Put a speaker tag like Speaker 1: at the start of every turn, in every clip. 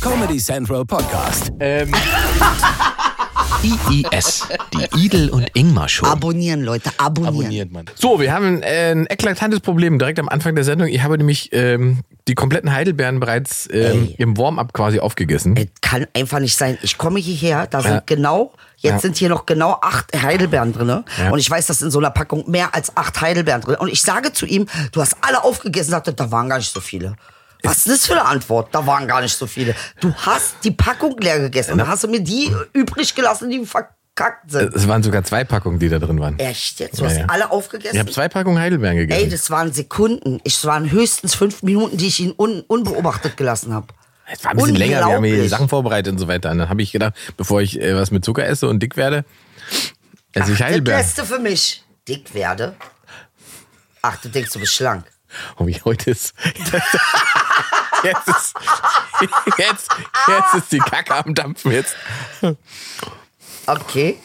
Speaker 1: Comedy Central Podcast.
Speaker 2: Ähm,
Speaker 3: IIS, die Idel und Ingmar Show.
Speaker 4: Abonnieren, Leute, abonnieren.
Speaker 2: abonniert man.
Speaker 5: So, wir haben äh, ein eklatantes Problem direkt am Anfang der Sendung. Ich habe nämlich ähm, die kompletten Heidelbeeren bereits ähm, im Warm-up quasi aufgegessen.
Speaker 4: Es kann einfach nicht sein. Ich komme hierher, da sind genau, jetzt sind hier noch genau acht Heidelbeeren drin. ne? Und ich weiß, dass in so einer Packung mehr als acht Heidelbeeren drin Und ich sage zu ihm, du hast alle aufgegessen, sagte, da waren gar nicht so viele. Was ist das für eine Antwort? Da waren gar nicht so viele. Du hast die Packung leer gegessen. Und dann hast du mir die übrig gelassen, die verkackt sind.
Speaker 5: Es waren sogar zwei Packungen, die da drin waren.
Speaker 4: Echt jetzt? Du
Speaker 5: Äh, Ja,
Speaker 4: hast
Speaker 5: ja.
Speaker 4: alle
Speaker 5: Ich
Speaker 4: aufgegessen?
Speaker 5: habe zwei Packungen Heidelbeeren gegessen.
Speaker 4: Ey, das waren Sekunden. Ich das waren höchstens fünf Minuten, die ich ihn un unbeobachtet gelassen habe.
Speaker 5: Es war ein bisschen länger, wir haben hier die
Speaker 4: Unglaublich.
Speaker 5: Sachen vorbereitet und so weiter. Und dann habe ich gedacht, bevor ich äh, was mit Zucker esse und dick werde, esse ich
Speaker 4: Das
Speaker 5: Heidelbeeren.
Speaker 4: Beste für mich. Dick werde. Ach, du denkst, du bist schlank.
Speaker 5: Oh, wie heute ist. jetzt, ist jetzt, jetzt ist die Kacke am Dampfen jetzt.
Speaker 4: Okay.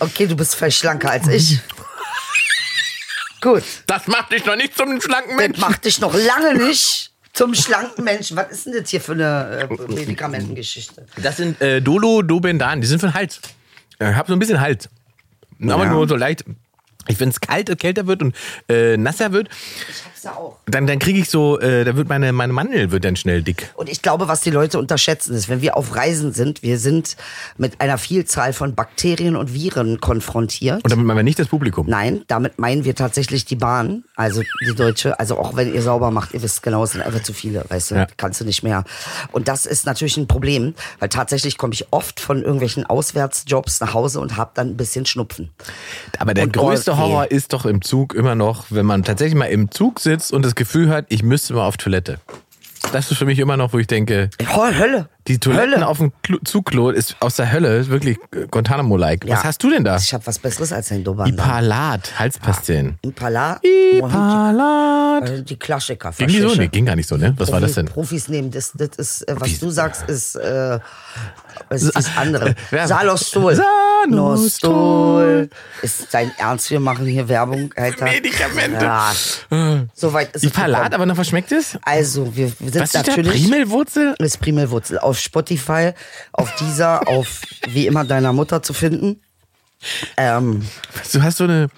Speaker 4: Okay, du bist vielleicht schlanker als ich. Gut.
Speaker 5: Das macht dich noch nicht zum schlanken
Speaker 4: Das
Speaker 5: Menschen.
Speaker 4: macht dich noch lange nicht zum schlanken Menschen. Was ist denn das hier für eine äh, Medikamentengeschichte?
Speaker 5: Das sind äh, Dolo Dobendan, die sind für den Hals. Ich habe so ein bisschen Hals. Aber nur so leicht. Ich, wenn es kalt, äh, kälter wird und äh, nasser wird,
Speaker 4: Ich hab's ja auch.
Speaker 5: dann, dann kriege ich so, äh, da wird meine, meine Mandel wird dann schnell dick.
Speaker 4: Und ich glaube, was die Leute unterschätzen, ist, wenn wir auf Reisen sind, wir sind mit einer Vielzahl von Bakterien und Viren konfrontiert.
Speaker 5: Und damit meinen wir nicht das Publikum.
Speaker 4: Nein, damit meinen wir tatsächlich die Bahn, also die deutsche. Also auch wenn ihr sauber macht, ihr wisst genau, es sind einfach zu viele, weißt du,
Speaker 5: Ja.
Speaker 4: kannst du nicht mehr. Und das ist natürlich ein Problem, weil tatsächlich komme ich oft von irgendwelchen Auswärtsjobs nach Hause und habe dann ein bisschen Schnupfen.
Speaker 5: Aber der
Speaker 4: Und
Speaker 5: größte
Speaker 4: Ohrfee.
Speaker 5: Horror ist doch im Zug immer noch, wenn man tatsächlich mal im Zug sitzt und das Gefühl hat, ich müsste mal auf Toilette. Das ist für mich immer noch, wo ich denke,
Speaker 4: Oh, Hölle.
Speaker 5: die Toiletten
Speaker 4: Hölle.
Speaker 5: auf dem Klo- Zugklo ist aus der Hölle, ist wirklich äh, Guantanamo-like. Was
Speaker 4: Ja.
Speaker 5: hast du denn da?
Speaker 4: Also Ich habe was Besseres als ein Doban.
Speaker 5: Ipalat, Halspastillen.
Speaker 4: Impala.
Speaker 5: Ipalat.
Speaker 4: Also die Klassiker.
Speaker 5: Ging die so?
Speaker 4: verstehst du?
Speaker 5: Nee, ging gar nicht so, ne? Was war
Speaker 4: Äh,
Speaker 5: das denn?
Speaker 4: Profis nehmen, das, das ist, äh, was
Speaker 5: Wie-
Speaker 4: du sagst, ist, äh, was ist das andere.
Speaker 5: Wer-
Speaker 4: Salostol.
Speaker 5: Salostol.
Speaker 4: Ist dein Ernst, wir machen hier Werbung, Alter.
Speaker 5: Medikamente.
Speaker 4: Ja. Soweit ist es.
Speaker 5: Ipalat,
Speaker 4: gekommen.
Speaker 5: aber noch was schmeckt es?
Speaker 4: Also, wir sind
Speaker 5: Was ist da?
Speaker 4: natürlich.
Speaker 5: Primelwurzel?
Speaker 4: ist Primelwurzel auf Spotify, auf dieser, auf wie immer deiner Mutter zu finden. Ähm,
Speaker 5: Du hast so eine.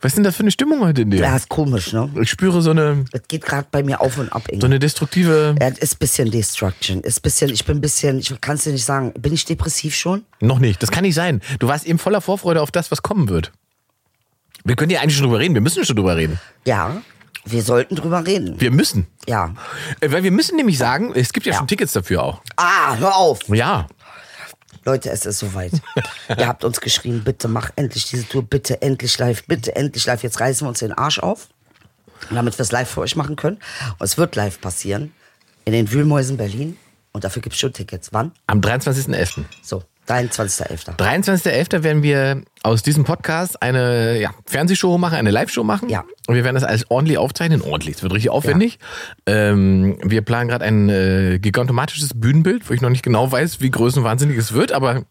Speaker 5: Was ist denn das für eine Stimmung heute in dir?
Speaker 4: ja, ist komisch, ne?
Speaker 5: Ich spüre so eine,
Speaker 4: Das geht gerade bei mir auf und ab. Inge.
Speaker 5: so eine destruktive.
Speaker 4: Ja, das ist ein bisschen Destruction. Ist ein bisschen, ich bin ein bisschen, ich kann es dir nicht sagen, bin ich depressiv schon?
Speaker 5: Noch nicht, das kann nicht sein. Du warst eben voller Vorfreude auf das, was kommen wird. Wir können ja eigentlich schon drüber reden, wir müssen schon drüber reden.
Speaker 4: Ja, wir sollten drüber reden.
Speaker 5: Wir müssen.
Speaker 4: Ja.
Speaker 5: Äh, Weil wir müssen nämlich sagen, es gibt ja,
Speaker 4: Ja.
Speaker 5: schon Tickets dafür auch.
Speaker 4: Ah, hör auf.
Speaker 5: Ja.
Speaker 4: Leute, es ist soweit. Ihr habt uns geschrieben, bitte mach endlich diese Tour, bitte endlich live, bitte endlich live. Jetzt reißen wir uns den Arsch auf, damit wir es live für euch machen können. Und es wird live passieren in den Wühlmäusen Berlin. Und dafür gibt's schon Tickets. Wann?
Speaker 5: Am 23.11.
Speaker 4: So, 23.11.
Speaker 5: 23.11. werden wir aus diesem Podcast eine ja, Fernsehshow machen, eine Live-Show machen.
Speaker 4: Ja.
Speaker 5: Und wir werden das alles ordentlich aufzeichnen. Ordentlich, es wird richtig aufwendig. Ähm, wir planen gerade ein äh, gigantomatisches Bühnenbild, wo ich noch nicht genau weiß, wie größenwahnsinnig es wird, aber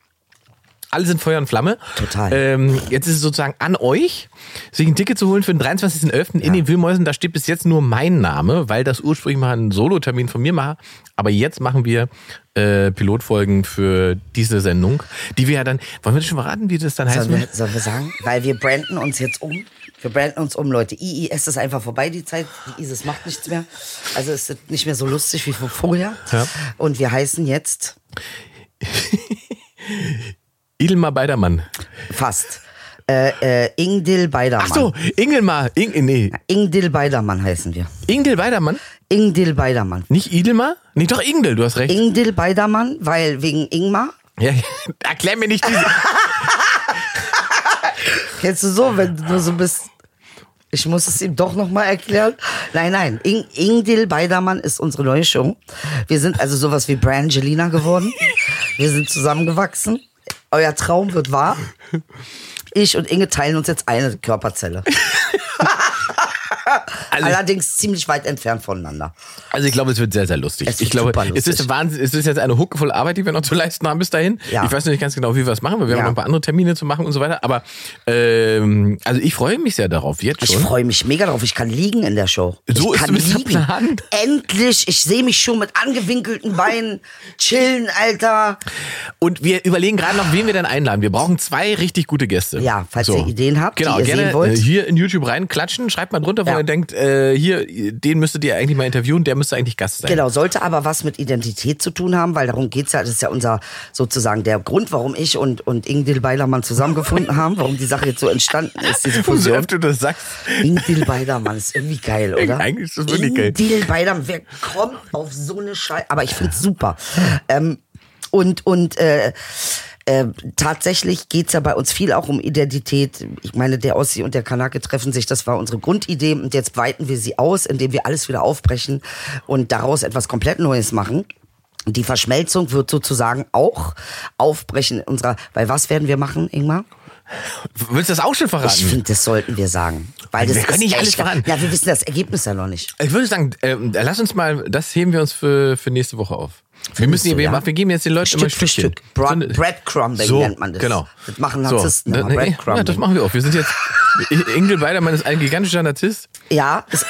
Speaker 5: alle sind Feuer und Flamme.
Speaker 4: Total.
Speaker 5: Ähm, jetzt ist es sozusagen an euch, sich ein Ticket zu holen für den 23.11. in den Wühlmäusen. Da steht bis jetzt nur mein Name, weil das ursprünglich mal ein Solo-Termin von mir war. Aber jetzt machen wir äh, Pilotfolgen für diese Sendung, die wir ja dann. Wollen wir das schon verraten, wie das dann heißt?
Speaker 4: Sollen wir, sollen wir sagen? Weil wir branden uns jetzt um. Wir branden uns um, Leute. IIS ist einfach vorbei, die Zeit. Die ISIS macht nichts mehr. Also es ist nicht mehr so lustig wie vor- vorher.
Speaker 5: Ja.
Speaker 4: Und wir heißen jetzt
Speaker 5: Idelmar Beidermann.
Speaker 4: fast äh, äh, Ingdil Beidermann.
Speaker 5: Ach so, Ingelmar. Ing, nee,
Speaker 4: Ingdil Beidermann heißen wir.
Speaker 5: Ingdil Beidermann.
Speaker 4: Ingdil Beidermann.
Speaker 5: Nicht Idelmar? Nee, doch Ingdil, du hast recht.
Speaker 4: Ingdil Beidermann, weil wegen Ingmar.
Speaker 5: ja, erklär mir nicht diese.
Speaker 4: Kennst du so, wenn du nur so bist? Ich muss es ihm doch nochmal erklären. Nein, nein. Ing Ingdil Beidermann ist unsere neue Show. Wir sind also sowas wie Brangelina geworden. Wir sind zusammengewachsen. Euer Traum wird wahr. Ich und Inge teilen uns jetzt eine Körperzelle. Allerdings ziemlich weit entfernt voneinander.
Speaker 5: Also ich glaube, es wird sehr, sehr lustig.
Speaker 4: Es wird
Speaker 5: ich glaube,
Speaker 4: super
Speaker 5: es ist
Speaker 4: lustig.
Speaker 5: Wahnsinn, es ist jetzt eine Hucke voll Arbeit, die wir noch zu leisten haben bis dahin.
Speaker 4: Ja.
Speaker 5: Ich weiß noch nicht ganz genau, wie wir es machen, weil wir
Speaker 4: Ja.
Speaker 5: haben noch ein paar andere Termine zu machen und so weiter. Aber ähm, also ich freue mich sehr darauf, jetzt
Speaker 4: Ich
Speaker 5: schon.
Speaker 4: freue mich mega drauf. Ich kann liegen in der Show.
Speaker 5: So
Speaker 4: ich
Speaker 5: ist
Speaker 4: kann
Speaker 5: zumindest der Plan.
Speaker 4: Endlich. Ich sehe mich schon mit angewinkelten Beinen chillen, Alter.
Speaker 5: Und wir überlegen gerade noch, wen wir denn einladen. Wir brauchen zwei richtig gute Gäste.
Speaker 4: Ja, falls ihr Ideen habt, die
Speaker 5: genau,
Speaker 4: ihr
Speaker 5: gerne,
Speaker 4: sehen wollt.
Speaker 5: äh, Hier in YouTube reinklatschen, schreibt mal drunter, wo
Speaker 4: Ja.
Speaker 5: ihr denkt, äh, hier, den müsstet ihr eigentlich mal interviewen, der müsste eigentlich Gast sein.
Speaker 4: Genau, sollte aber was mit Identität zu tun haben, weil darum geht's ja, das ist ja unser sozusagen der Grund, warum ich und, und Ingdil Beilermann zusammengefunden haben, warum die Sache jetzt so entstanden ist, diese
Speaker 5: Umso
Speaker 4: Fusion. Hm?
Speaker 5: öfter du das sagst.
Speaker 4: Ingdil Beidermann ist irgendwie geil, oder?
Speaker 5: Eigentlich ist das wirklich geil.
Speaker 4: Ingdil Beidermann, wer kommt auf so eine Scheiße? Aber ich find's super. Ähm, und und äh, äh, tatsächlich geht's ja bei uns viel auch um Identität. Ich meine, der Ossi und der Kanake treffen sich, das war unsere Grundidee und jetzt weiten wir sie aus, indem wir alles wieder aufbrechen und daraus etwas komplett Neues machen. Die Verschmelzung wird sozusagen auch aufbrechen in unserer, weil was werden wir machen, Ingmar?
Speaker 5: Willst du das auch schon verraten?
Speaker 4: Ich finde, das sollten wir sagen. Weil das
Speaker 5: Wir können
Speaker 4: ist
Speaker 5: nicht
Speaker 4: echt-
Speaker 5: alles verraten.
Speaker 4: Ja, wir wissen das Ergebnis ja noch nicht.
Speaker 5: Ich würde sagen, ähm, lass uns mal, das heben wir uns für, für nächste Woche auf. Wir müssen hier,
Speaker 4: du,
Speaker 5: wir,
Speaker 4: ja?
Speaker 5: machen- wir geben jetzt den Leuten
Speaker 4: Stück
Speaker 5: immer
Speaker 4: für
Speaker 5: Stückchen.
Speaker 4: Stück. Bra-
Speaker 5: So eine-
Speaker 4: Breadcrumbing nennt man das.
Speaker 5: Genau.
Speaker 4: Das machen Narzissten
Speaker 5: So,
Speaker 4: immer,
Speaker 5: ne, ne,
Speaker 4: Breadcrumbing.
Speaker 5: ja, das machen wir auch. Wir sind jetzt, Ingrid Weidermann ist ein gigantischer Narzisst,
Speaker 4: Ja, ist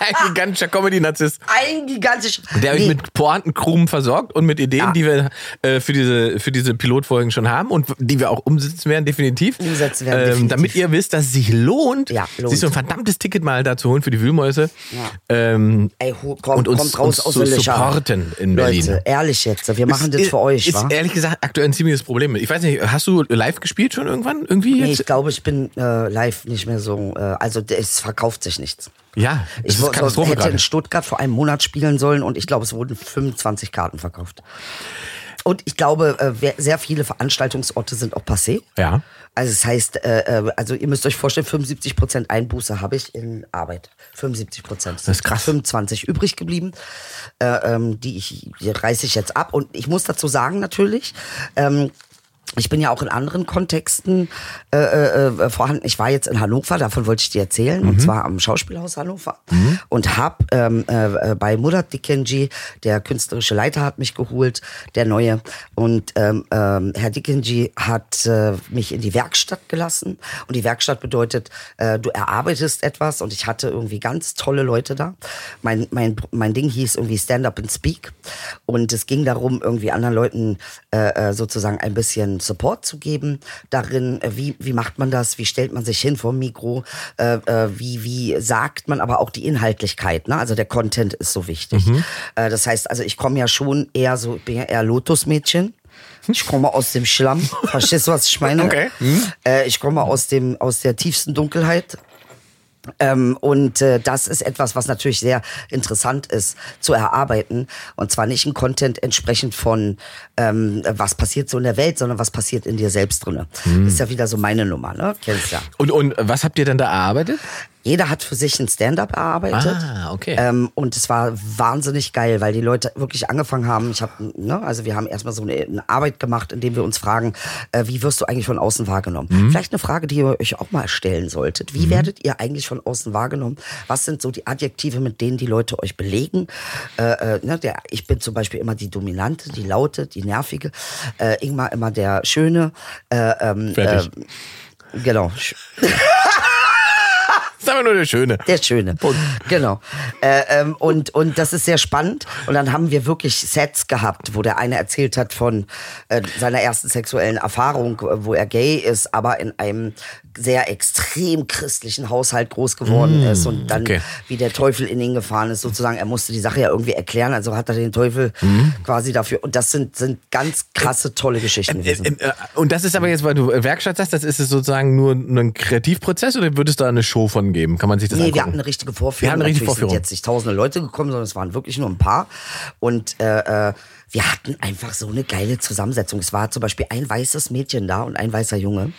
Speaker 5: ein gigantischer Comedy-Narzisst.
Speaker 4: ein gigantisches.
Speaker 5: Der euch
Speaker 4: Nee,
Speaker 5: mit Pointenkrumen versorgt und mit Ideen,
Speaker 4: Ja.
Speaker 5: die wir äh, für diese für diese Pilotfolgen schon haben und die wir auch umsetzen werden, definitiv. Ähm,
Speaker 4: Umsetzen werden, definitiv.
Speaker 5: Damit ihr wisst, dass es sich lohnt,
Speaker 4: Ja, lohnt.
Speaker 5: sich so ein verdammtes Ticket mal da zu holen für die Wühlmäuse. Ähm,
Speaker 4: Ey, ho- komm,
Speaker 5: und uns,
Speaker 4: kommt raus
Speaker 5: uns
Speaker 4: aus
Speaker 5: zu
Speaker 4: den Löchern.
Speaker 5: supporten in Berlin.
Speaker 4: Leute, ehrlich jetzt, wir machen das
Speaker 5: Ist-
Speaker 4: für euch,
Speaker 5: Ist
Speaker 4: wa?
Speaker 5: ehrlich gesagt aktuell ein ziemliches Problem. Ich weiß nicht, hast du live gespielt schon irgendwann? Irgendwie
Speaker 4: Nee,
Speaker 5: jetzt?
Speaker 4: ich glaube, ich bin äh, live nicht mehr so. Äh, also d- es verkauft sich nichts.
Speaker 5: ja, es
Speaker 4: Ich
Speaker 5: ist
Speaker 4: wo- so,
Speaker 5: Katastrophe
Speaker 4: hätte
Speaker 5: gerade.
Speaker 4: in Stuttgart vor einem Monat spielen sollen und ich glaube, es wurden 25 Karten verkauft. Und ich glaube, äh, wer- sehr viele Veranstaltungsorte sind auch passé.
Speaker 5: Ja.
Speaker 4: Also das heißt, äh, äh, also ihr müsst euch vorstellen, 75 Prozent Einbuße habe ich in Arbeit. 75 Prozent. Das
Speaker 5: ist krass.
Speaker 4: 25 übrig geblieben. Äh, ähm, die, ich, die reiße ich jetzt ab. Und ich muss dazu sagen natürlich, ähm, ich bin ja auch in anderen Kontexten äh, äh, vorhanden. Ich war jetzt in Hannover, davon wollte ich dir erzählen, und zwar am Schauspielhaus Hannover. Und hab ähm, äh, äh, bei Murat Dikenji, der künstlerische Leiter hat mich geholt, der neue. Und ähm, ähm, Herr Dikenji hat äh, mich in die Werkstatt gelassen. Und die Werkstatt bedeutet, äh, du erarbeitest etwas. Und ich hatte irgendwie ganz tolle Leute da. Mein, mein, mein Ding hieß irgendwie Stand Up and Speak. Und es ging darum, irgendwie anderen Leuten äh, äh, sozusagen ein bisschen Support zu geben darin, äh, wie, wie macht man das, wie stellt man sich hin vom Mikro, äh, äh, wie, wie sagt man aber auch die Inhaltlichkeit, ne? also der Content ist so wichtig. Äh, das heißt, also ich komme ja schon eher so, ich bin ja eher Lotus-Mädchen. Ich komme aus dem Schlamm, verstehst du, was ich meine?
Speaker 5: Okay.
Speaker 4: Äh, ich komme aus, dem, aus der tiefsten Dunkelheit, ähm, und äh, das ist etwas, was natürlich sehr interessant ist zu erarbeiten. Und zwar nicht ein Content entsprechend von, ähm, was passiert so in der Welt, sondern was passiert in dir selbst drinne. Ist ja wieder so meine Nummer, ne? Kennst ja.
Speaker 5: Und, und was habt ihr denn da erarbeitet?
Speaker 4: Jeder hat für sich ein Stand-up erarbeitet.
Speaker 5: Ah, okay.
Speaker 4: Ähm, und es war wahnsinnig geil, weil die Leute wirklich angefangen haben. Ich habe, ne, also wir haben erstmal so eine, eine Arbeit gemacht, indem wir uns fragen, äh, wie wirst du eigentlich von außen wahrgenommen?
Speaker 5: Mhm.
Speaker 4: Vielleicht eine Frage, die ihr euch auch mal stellen solltet. Wie werdet ihr eigentlich von außen wahrgenommen? Was sind so die Adjektive, mit denen die Leute euch belegen? Äh, äh, ne, der, ich bin zum Beispiel immer die Dominante, die Laute, die Nervige. Äh, Ingmar immer der Schöne. Äh, ähm,
Speaker 5: Fertig.
Speaker 4: äh, genau.
Speaker 5: Das ist aber nur der Schöne.
Speaker 4: Der Schöne. Genau. Äh, ähm, und, und das ist sehr spannend. Und dann haben wir wirklich Sets gehabt, wo der eine erzählt hat von äh, seiner ersten sexuellen Erfahrung, äh, wo er gay ist, aber in einem sehr extrem christlichen Haushalt groß geworden ist und dann
Speaker 5: Mm, okay.
Speaker 4: wie der Teufel in ihn gefahren ist, sozusagen. Er musste die Sache ja irgendwie erklären, also hat er den Teufel
Speaker 5: Mm.
Speaker 4: quasi dafür. Und das sind, sind ganz krasse, tolle Geschichten gewesen.
Speaker 5: Ähm, äh, Und das ist aber jetzt, weil du äh, Werkstatt sagst, das ist es sozusagen nur ein Kreativprozess oder wird es da eine Show von geben? Kann man sich das
Speaker 4: Nee, wir hatten
Speaker 5: angucken?
Speaker 4: eine richtige Vorführung.
Speaker 5: Wir hatten eine richtige
Speaker 4: Natürlich
Speaker 5: Vorführung.
Speaker 4: sind jetzt nicht tausende Leute gekommen, sondern es waren wirklich nur ein paar. Und äh, äh, wir hatten einfach so eine geile Zusammensetzung. Es war zum Beispiel ein weißes Mädchen da und ein weißer Junge.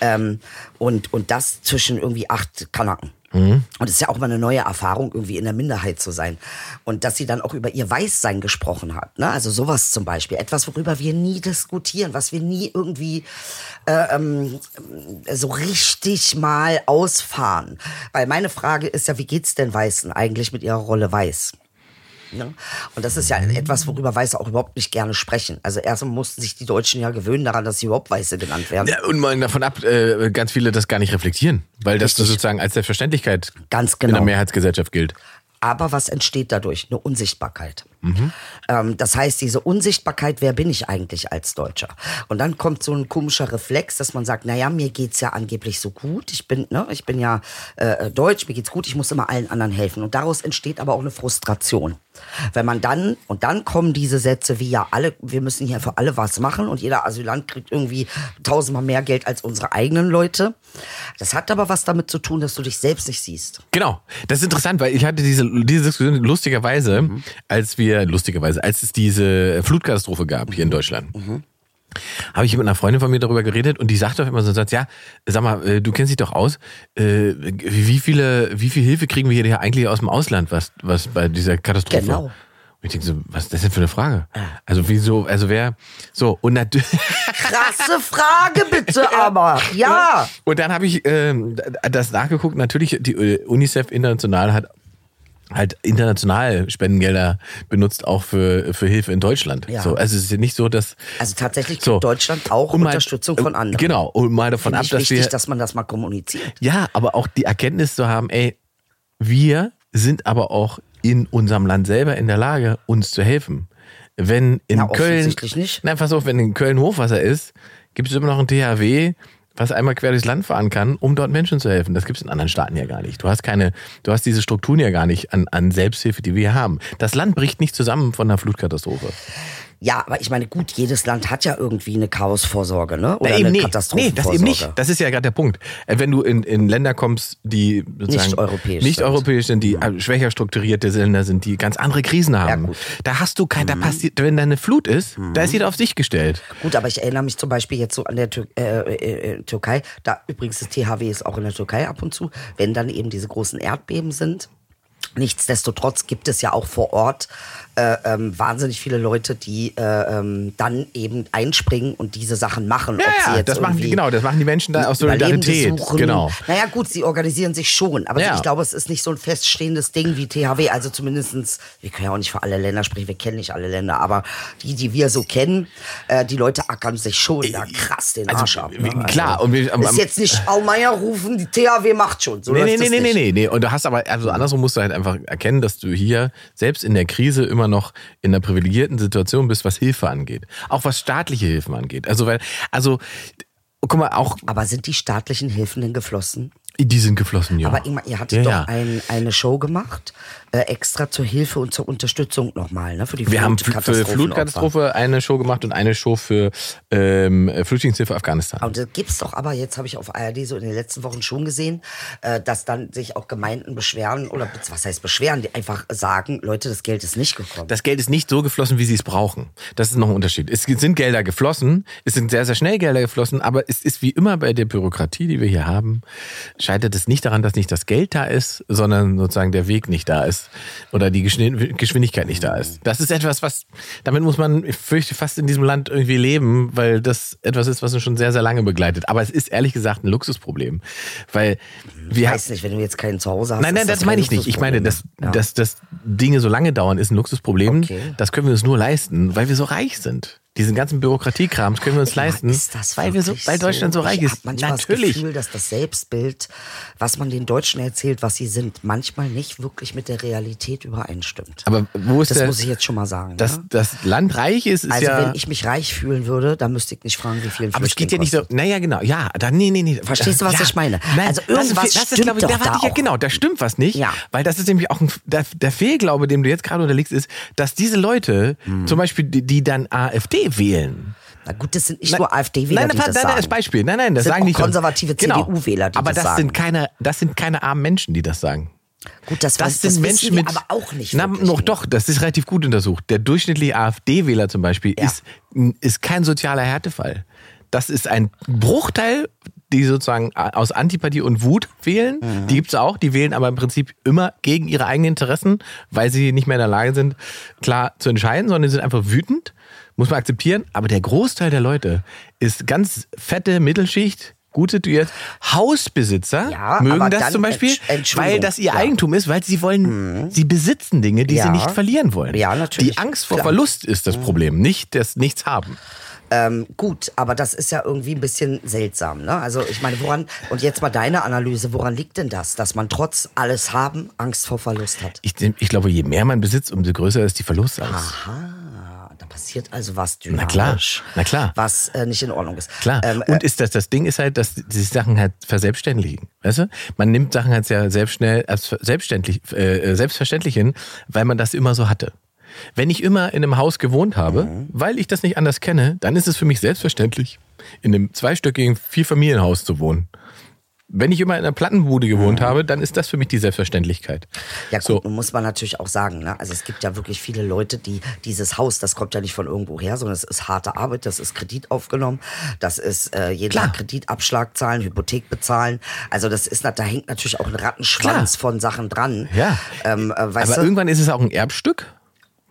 Speaker 4: Ähm, und, und das zwischen irgendwie acht Kanaken.
Speaker 5: Mhm.
Speaker 4: Und es ist ja auch mal eine neue Erfahrung, irgendwie in der Minderheit zu sein. Und dass sie dann auch über ihr Weißsein gesprochen hat. Ne? Also sowas zum Beispiel. Etwas, worüber wir nie diskutieren, was wir nie irgendwie äh, ähm, so richtig mal ausfahren. Weil meine Frage ist ja, wie geht's denn Weißen eigentlich mit ihrer Rolle Weiß? Ne? Und das ist ja etwas, worüber Weiße auch überhaupt nicht gerne sprechen. Also erstmal mussten sich die Deutschen ja gewöhnen daran, dass sie überhaupt Weiße genannt werden.
Speaker 5: Ja, und mal davon ab, äh, ganz viele das gar nicht reflektieren, weil das sozusagen als Selbstverständlichkeit
Speaker 4: Ganz
Speaker 5: in
Speaker 4: genau.
Speaker 5: der Mehrheitsgesellschaft gilt.
Speaker 4: Aber was entsteht dadurch? Eine Unsichtbarkeit. Ähm, das heißt, diese Unsichtbarkeit, wer bin ich eigentlich als Deutscher? Und dann kommt so ein komischer Reflex, dass man sagt, naja, mir geht's ja angeblich so gut. Ich bin, ne, ich bin ja äh, deutsch, mir geht's gut, ich muss immer allen anderen helfen. Und daraus entsteht aber auch eine Frustration. Wenn man dann, und dann kommen diese Sätze wie ja alle, wir müssen hier für alle was machen und jeder Asylant kriegt irgendwie tausendmal mehr Geld als unsere eigenen Leute. Das hat aber was damit zu tun, dass du dich selbst nicht siehst.
Speaker 5: Genau. Das ist interessant, weil ich hatte diese, diese Diskussion lustigerweise, als wir, lustigerweise, als es diese Flutkatastrophe gab hier in Deutschland. Habe ich mit einer Freundin von mir darüber geredet und die sagt doch immer so einen Satz, ja, sag mal, äh, du kennst dich doch aus, äh, wie viele, wie viel Hilfe kriegen wir hier eigentlich aus dem Ausland, was, was bei dieser Katastrophe?
Speaker 4: Genau.
Speaker 5: Und ich denke so, was ist das denn für eine Frage? Also wieso, also wer, so, und natürlich,
Speaker 4: Krasse Frage bitte aber. Ja.
Speaker 5: Ne? Und dann habe ich ähm, das nachgeguckt. Natürlich, die äh, UNICEF international hat halt international Spendengelder benutzt, auch für, für Hilfe in Deutschland.
Speaker 4: Ja.
Speaker 5: So, also es ist ja nicht so, dass.
Speaker 4: Also tatsächlich
Speaker 5: So.
Speaker 4: kriegt Deutschland auch
Speaker 5: Und mal-
Speaker 4: Unterstützung von anderen.
Speaker 5: Genau, und mal davon
Speaker 4: Finde
Speaker 5: ab,
Speaker 4: ich
Speaker 5: dass
Speaker 4: wichtig,
Speaker 5: wir.
Speaker 4: dass man das mal kommuniziert.
Speaker 5: ja, aber auch die Erkenntnis zu haben, ey, wir sind aber auch in unserem Land selber in der Lage, uns zu helfen. Wenn in
Speaker 4: Na,
Speaker 5: Köln.
Speaker 4: offensichtlich nicht.
Speaker 5: Nein, pass auf, wenn in Köln Hochwasser ist, gibt es immer noch ein THW, was einmal quer durchs Land fahren kann, um dort Menschen zu helfen. Das gibt es in anderen Staaten ja gar nicht. Du hast keine, du hast diese Strukturen ja gar nicht an, an Selbsthilfe, die wir haben. Das Land bricht nicht zusammen von einer Flutkatastrophe.
Speaker 4: Ja, aber ich meine, gut, jedes Land hat ja irgendwie eine Chaosvorsorge, ne? Oder
Speaker 5: Na, eben
Speaker 4: eine
Speaker 5: nicht. Nee, das
Speaker 4: Katastrophenvorsorge.
Speaker 5: eben nicht. Das ist ja gerade der Punkt. Äh, Wenn du in, in Länder kommst, die sozusagen
Speaker 4: Nicht europäisch
Speaker 5: nicht
Speaker 4: sind.
Speaker 5: europäisch sind, die äh, schwächer strukturierte Länder sind, die ganz andere Krisen haben.
Speaker 4: gut. Mhm.
Speaker 5: da hast du kein, da passiert, wenn da eine Flut ist, da ist jeder auf sich gestellt.
Speaker 4: Gut, aber ich erinnere mich zum Beispiel jetzt so an der Tür äh, äh, äh, Türkei. Da übrigens das THW ist auch in der Türkei ab und zu, wenn dann eben diese großen Erdbeben sind. Nichtsdestotrotz gibt es ja auch vor Ort äh, ähm, wahnsinnig viele Leute, die äh, ähm, dann eben einspringen und diese Sachen machen. ob sie
Speaker 5: Ja, ja,
Speaker 4: jetzt
Speaker 5: das machen die,
Speaker 4: irgendwie
Speaker 5: genau, das machen die Menschen da aus
Speaker 4: Überlebende
Speaker 5: Solidarität.
Speaker 4: Suchen.
Speaker 5: Genau.
Speaker 4: Naja, gut, sie organisieren sich schon, aber
Speaker 5: Ja.
Speaker 4: ich glaube, es ist nicht so ein feststehendes Ding wie THW. Also zumindestens, wir können ja auch nicht für alle Länder sprechen, wir kennen nicht alle Länder, aber die, die wir so kennen, äh, die Leute ackern sich schon da krass den
Speaker 5: Äh, also,
Speaker 4: Arsch ab. ne?
Speaker 5: wie- klar, und wir- am-
Speaker 4: ist
Speaker 5: am-
Speaker 4: jetzt nicht Aumeier rufen, die THW macht schon. So
Speaker 5: Nee, nee,
Speaker 4: läuft
Speaker 5: nee,
Speaker 4: es
Speaker 5: nee, nee,
Speaker 4: nicht. Mhm.
Speaker 5: nee, nee. Und du hast aber, also andersrum musst du halt einfach erkennen, dass du hier selbst in der Krise immer noch in einer privilegierten Situation bist, was Hilfe angeht. Auch was staatliche Hilfen angeht. Also, weil, also, guck mal, auch
Speaker 4: Aber sind die staatlichen Hilfen denn geflossen?
Speaker 5: die sind geflossen, ja.
Speaker 4: Aber Ingmar, ihr hattet
Speaker 5: Ah. ja,
Speaker 4: doch
Speaker 5: ja.
Speaker 4: Ein, eine Show gemacht, äh, extra zur Hilfe und zur Unterstützung nochmal, ne? Für die
Speaker 5: Wir haben fl- für
Speaker 4: Flutkatastrophenopfer.
Speaker 5: Flutkatastrophe eine Show gemacht und eine Show für ähm, Flüchtlingshilfe Afghanistan.
Speaker 4: Ah, Und das gibt's doch aber, jetzt habe ich auf ARD so in den letzten Wochen schon gesehen, äh, dass dann sich auch Gemeinden beschweren oder be- was heißt beschweren, die einfach sagen, Leute, das Geld ist nicht gekommen.
Speaker 5: Das Geld ist nicht so geflossen, wie sie es brauchen. Das ist noch ein Unterschied. Es sind Gelder geflossen, es sind sehr, sehr schnell Gelder geflossen, aber es ist wie immer bei der Bürokratie, die wir hier haben, scheitert es nicht daran, dass nicht das Geld da ist, sondern sozusagen der Weg nicht da ist oder die Geschwin- Geschwindigkeit nicht da ist. Das ist etwas, was, damit muss man, ich fürchte, fast in diesem Land irgendwie leben, weil das etwas ist, was uns schon sehr, sehr lange begleitet. Aber es ist ehrlich gesagt ein Luxusproblem, weil wir,
Speaker 4: ich weiß nicht, wenn du jetzt keinen zu Hause hast.
Speaker 5: Nein, nein,
Speaker 4: ist
Speaker 5: das,
Speaker 4: kein
Speaker 5: meine ich nicht. Ich meine, dass,
Speaker 4: Luxusproblem. ne? Ja.
Speaker 5: dass, dass Dinge so lange dauern, ist ein Luxusproblem.
Speaker 4: Okay.
Speaker 5: Das können wir uns nur leisten, weil wir so reich sind. Diesen ganzen Bürokratiekram können wir uns leisten,
Speaker 4: Ist das
Speaker 5: hm? weil, wir so,
Speaker 4: wirklich
Speaker 5: weil Deutschland so, reich
Speaker 4: Ich hab
Speaker 5: ist.
Speaker 4: manchmal das
Speaker 5: Natürlich.
Speaker 4: Gefühl, dass das Selbstbild, was man den Deutschen erzählt, was sie sind, manchmal nicht wirklich mit der Realität übereinstimmt.
Speaker 5: Aber wo ist
Speaker 4: das
Speaker 5: der,
Speaker 4: muss ich jetzt schon mal sagen.
Speaker 5: dass
Speaker 4: ne?
Speaker 5: das Land reich ist, ist
Speaker 4: Also
Speaker 5: ja.
Speaker 4: wenn ich mich reich fühlen würde, dann müsste ich nicht fragen, wie viel
Speaker 5: aber es geht ja nicht so. Naja, genau. Ja, da, nee, nee, nee.
Speaker 4: Verstehst du, was
Speaker 5: ja.
Speaker 4: ich meine?
Speaker 5: Nein,
Speaker 4: Also
Speaker 5: das ist-
Speaker 4: irgendwas
Speaker 5: das ist,
Speaker 4: stimmt
Speaker 5: glaube ich,
Speaker 4: doch
Speaker 5: da warte
Speaker 4: da
Speaker 5: ich ja
Speaker 4: auch.
Speaker 5: genau. Da stimmt was nicht.
Speaker 4: Ja.
Speaker 5: Weil das ist nämlich auch ein, der, der Fehlglaube, dem du jetzt gerade unterlegst, ist, dass diese Leute,
Speaker 4: Hm.
Speaker 5: zum Beispiel, die, die dann AfD wählen,
Speaker 4: Na gut, das sind nicht
Speaker 5: Nein,
Speaker 4: nur AfD-Wähler,
Speaker 5: nein,
Speaker 4: die
Speaker 5: nein,
Speaker 4: das
Speaker 5: nein,
Speaker 4: sagen.
Speaker 5: nein, das Beispiel. Nein, nein, das
Speaker 4: sind
Speaker 5: sagen
Speaker 4: auch
Speaker 5: nicht Genau.
Speaker 4: konservative CDU-Wähler, die
Speaker 5: Aber
Speaker 4: das,
Speaker 5: das
Speaker 4: sagen.
Speaker 5: sind keine, das sind keine armen Menschen, die das sagen.
Speaker 4: gut, das,
Speaker 5: Das,
Speaker 4: weiß- das
Speaker 5: sind
Speaker 4: wissen
Speaker 5: Menschen
Speaker 4: wir
Speaker 5: mit.
Speaker 4: aber auch nicht.
Speaker 5: Na,
Speaker 4: wirklich,
Speaker 5: noch
Speaker 4: ne?
Speaker 5: doch. Das ist relativ gut untersucht. Der durchschnittliche AfD-Wähler zum Beispiel
Speaker 4: Ja.
Speaker 5: ist ist kein sozialer Härtefall. Das ist ein Bruchteil die sozusagen aus Antipathie und Wut wählen. Die gibt's auch. Die wählen aber im Prinzip immer gegen ihre eigenen Interessen, weil sie nicht mehr in der Lage sind, klar zu entscheiden, sondern die sind einfach wütend. Muss man akzeptieren. Aber der Großteil der Leute ist ganz fette Mittelschicht. Gut situiert. Hausbesitzer
Speaker 4: Ja,
Speaker 5: mögen
Speaker 4: aber
Speaker 5: das
Speaker 4: dann
Speaker 5: zum Beispiel,
Speaker 4: Entsch- Entschuldigung,
Speaker 5: weil das ihr
Speaker 4: ja. Mhm.
Speaker 5: Eigentum ist, weil sie wollen, sie besitzen Dinge, die sie
Speaker 4: Ja.
Speaker 5: nicht verlieren wollen.
Speaker 4: Ja, natürlich.
Speaker 5: Die Angst vor
Speaker 4: Klar. Mhm.
Speaker 5: Verlust ist das Problem, nicht das Nichts haben.
Speaker 4: Gut, aber das ist ja irgendwie ein bisschen seltsam. Ne? Also ich meine, woran, und jetzt mal deine Analyse, woran liegt denn das, dass man trotz alles haben Angst vor Verlust hat?
Speaker 5: Ich, ich glaube, je mehr man besitzt, umso größer ist die Verlustangst.
Speaker 4: Aha, da passiert also was dynamisch.
Speaker 5: Na klar, na klar.
Speaker 4: Was äh, nicht in Ordnung ist.
Speaker 5: Klar.
Speaker 4: Ähm,
Speaker 5: und ist das, das Ding ist halt, dass die Sachen halt verselbstständigen. Weißt du? Man nimmt Sachen halt sehr selbst schnell, als selbstständig, äh, selbstverständlich hin, weil man das immer so hatte. Wenn ich immer in einem Haus gewohnt habe,
Speaker 4: Mhm.
Speaker 5: weil ich das nicht anders kenne, dann ist es für mich selbstverständlich, in einem zweistöckigen Vierfamilienhaus zu wohnen. Wenn ich immer in einer Plattenbude gewohnt habe, dann ist das für mich die Selbstverständlichkeit.
Speaker 4: Mhm. Ja, gut,
Speaker 5: So.
Speaker 4: nun muss man natürlich auch sagen, ne? Also es gibt ja wirklich viele Leute, die dieses Haus, das kommt ja nicht von irgendwo her, sondern es ist harte Arbeit, das ist Kredit aufgenommen, das ist äh, jeden
Speaker 5: Klar.
Speaker 4: Tag Kreditabschlag zahlen, Hypothek bezahlen. Also das ist, na- da hängt natürlich auch ein Rattenschwanz von Sachen dran.
Speaker 5: Ja.
Speaker 4: Ähm, äh, weißt
Speaker 5: Aber
Speaker 4: du?
Speaker 5: irgendwann ist es auch ein Erbstück.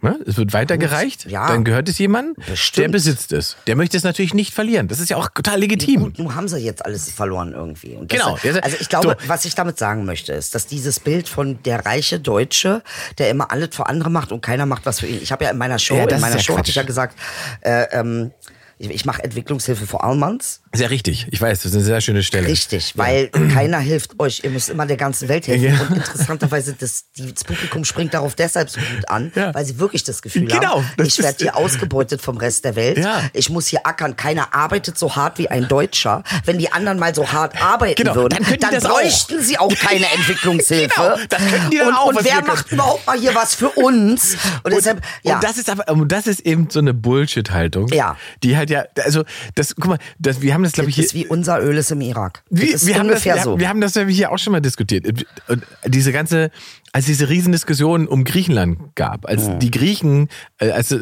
Speaker 5: Ne? Es wird weitergereicht,
Speaker 4: Ja.
Speaker 5: dann gehört es jemandem,
Speaker 4: Bestimmt.
Speaker 5: der besitzt es. Der möchte es natürlich nicht verlieren. Das ist ja auch total legitim.
Speaker 4: Gut, nun haben sie jetzt alles verloren irgendwie. Und
Speaker 5: Genau.
Speaker 4: Das, also ich glaube,
Speaker 5: So.
Speaker 4: was ich damit sagen möchte, ist, dass dieses Bild von der reiche Deutsche, der immer alles für andere macht und keiner macht was für ihn. Ich habe ja in meiner Show,
Speaker 5: Ja, das
Speaker 4: in
Speaker 5: ist
Speaker 4: meiner
Speaker 5: ja
Speaker 4: Show
Speaker 5: Quatsch.
Speaker 4: habe ich ja gesagt, äh, ähm, ich, ich mache Entwicklungshilfe für Almans.
Speaker 5: Sehr richtig. Ich weiß, das ist eine sehr schöne Stelle.
Speaker 4: Richtig, weil keiner hilft euch. Ihr müsst immer der ganzen Welt helfen.
Speaker 5: Ja.
Speaker 4: Und interessanterweise, das, die, das Publikum springt darauf deshalb so gut an,
Speaker 5: Ja.
Speaker 4: weil sie wirklich das Gefühl
Speaker 5: Genau,
Speaker 4: haben,
Speaker 5: das
Speaker 4: ich
Speaker 5: ist-
Speaker 4: werde hier ausgebeutet vom Rest der Welt.
Speaker 5: Ja.
Speaker 4: Ich muss hier ackern. Keiner arbeitet so hart wie ein Deutscher. Wenn die anderen mal so hart arbeiten
Speaker 5: Genau,
Speaker 4: würden,
Speaker 5: dann könnten die das auch.
Speaker 4: bräuchten sie auch keine Entwicklungshilfe.
Speaker 5: Genau, dann könnten die dann
Speaker 4: und,
Speaker 5: auch
Speaker 4: Und
Speaker 5: was
Speaker 4: wer
Speaker 5: wir
Speaker 4: macht
Speaker 5: können.
Speaker 4: überhaupt mal hier was für uns? Und, deshalb, ja.
Speaker 5: Und das ist aber, und das ist eben so eine Bullshit-Haltung.
Speaker 4: Ja.
Speaker 5: Die halt ja, also, das, guck mal, das, wir haben das, glaube ich,
Speaker 4: das ist wie unser Öl ist im Irak.
Speaker 5: Wir,
Speaker 4: das ist
Speaker 5: wir, haben das,
Speaker 4: ungefähr
Speaker 5: wir,
Speaker 4: so.
Speaker 5: wir haben das nämlich hier auch schon mal diskutiert. Äh, Und diese ganze, als diese Riesendiskussion um Griechenland gab, als die Griechen, äh, als,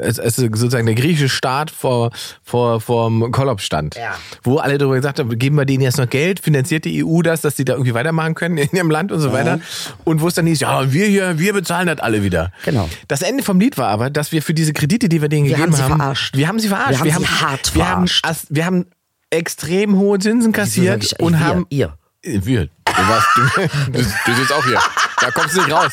Speaker 5: als, als sozusagen der griechische Staat vor, vor, vorm Kollaps stand,
Speaker 4: Ja.
Speaker 5: wo alle darüber gesagt haben, geben wir denen jetzt noch Geld, finanziert die EU das, dass die da irgendwie weitermachen können in ihrem Land und so weiter. Und wo es dann hieß, ja, wir hier, wir bezahlen das alle wieder.
Speaker 4: Genau.
Speaker 5: Das Ende vom Lied war aber, dass wir für diese Kredite, die wir denen
Speaker 4: Wir haben
Speaker 5: gegeben
Speaker 4: sie
Speaker 5: haben,
Speaker 4: verarscht.
Speaker 5: wir haben sie verarscht.
Speaker 4: Wir haben sie hart
Speaker 5: wir haben,
Speaker 4: verarscht.
Speaker 5: as- wir haben extrem hohe Zinsen kassiert
Speaker 4: Wieso sag
Speaker 5: passiert
Speaker 4: ich
Speaker 5: und
Speaker 4: eigentlich
Speaker 5: haben.
Speaker 4: wir?
Speaker 5: Äh, Wir. Du, warst, du, du, du sitzt auch hier. Da kommst du nicht raus.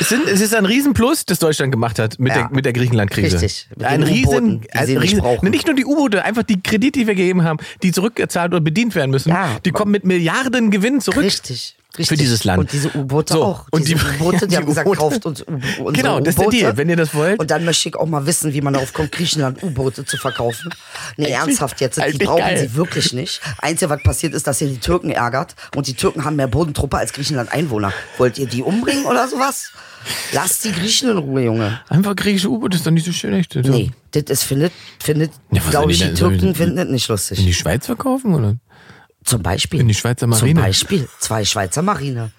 Speaker 5: Es, sind, es ist ein Riesenplus, das Deutschland gemacht hat mit
Speaker 4: Ja.
Speaker 5: der, mit der Griechenland-Krise.
Speaker 4: Richtig. Mit
Speaker 5: Ein
Speaker 4: den U-Booten,
Speaker 5: Riesen.
Speaker 4: die
Speaker 5: Ein
Speaker 4: sie nicht
Speaker 5: Riesen
Speaker 4: brauchen.
Speaker 5: Nee, nicht nur die U-Boote, einfach die Kredite, die wir gegeben haben, die zurückgezahlt oder bedient werden müssen,
Speaker 4: Ja.
Speaker 5: die kommen mit Milliarden Gewinn zurück.
Speaker 4: Richtig. Richtig.
Speaker 5: Für dieses Land.
Speaker 4: Und diese U-Boote
Speaker 5: So,
Speaker 4: auch.
Speaker 5: Und
Speaker 4: diese
Speaker 5: die
Speaker 4: U-Boote, die,
Speaker 5: ja,
Speaker 4: haben gesagt,
Speaker 5: U-Boote.
Speaker 4: kauft uns U- unsere
Speaker 5: Genau, das ist der
Speaker 4: U-Boote.
Speaker 5: Deal. Wenn ihr das wollt,
Speaker 4: Und dann möchte ich auch mal wissen, wie man darauf kommt, Griechenland U-Boote zu verkaufen. Nee, ernsthaft jetzt. Die
Speaker 5: eigentlich
Speaker 4: brauchen
Speaker 5: geil.
Speaker 4: sie wirklich nicht. Einzige, was passiert ist, dass ihr die Türken ärgert. Und die Türken haben mehr Bodentruppe als Griechenland Einwohner. Wollt ihr die umbringen oder sowas? Lasst die Griechen in Ruhe, Junge.
Speaker 5: Einfach griechische U-Boote ist doch nicht so schön, echt. Also oder?
Speaker 4: Nee, das ist, findet, findet,
Speaker 5: Ja, was soll
Speaker 4: glaube ich,
Speaker 5: die
Speaker 4: die
Speaker 5: denn- soll die-
Speaker 4: Türken finden das nicht
Speaker 5: In
Speaker 4: lustig.
Speaker 5: die Schweiz verkaufen, oder?
Speaker 4: Zum Beispiel.
Speaker 5: in die Schweizer
Speaker 4: Zum
Speaker 5: Marine.
Speaker 4: Beispiel. Zwei Schweizer Marine.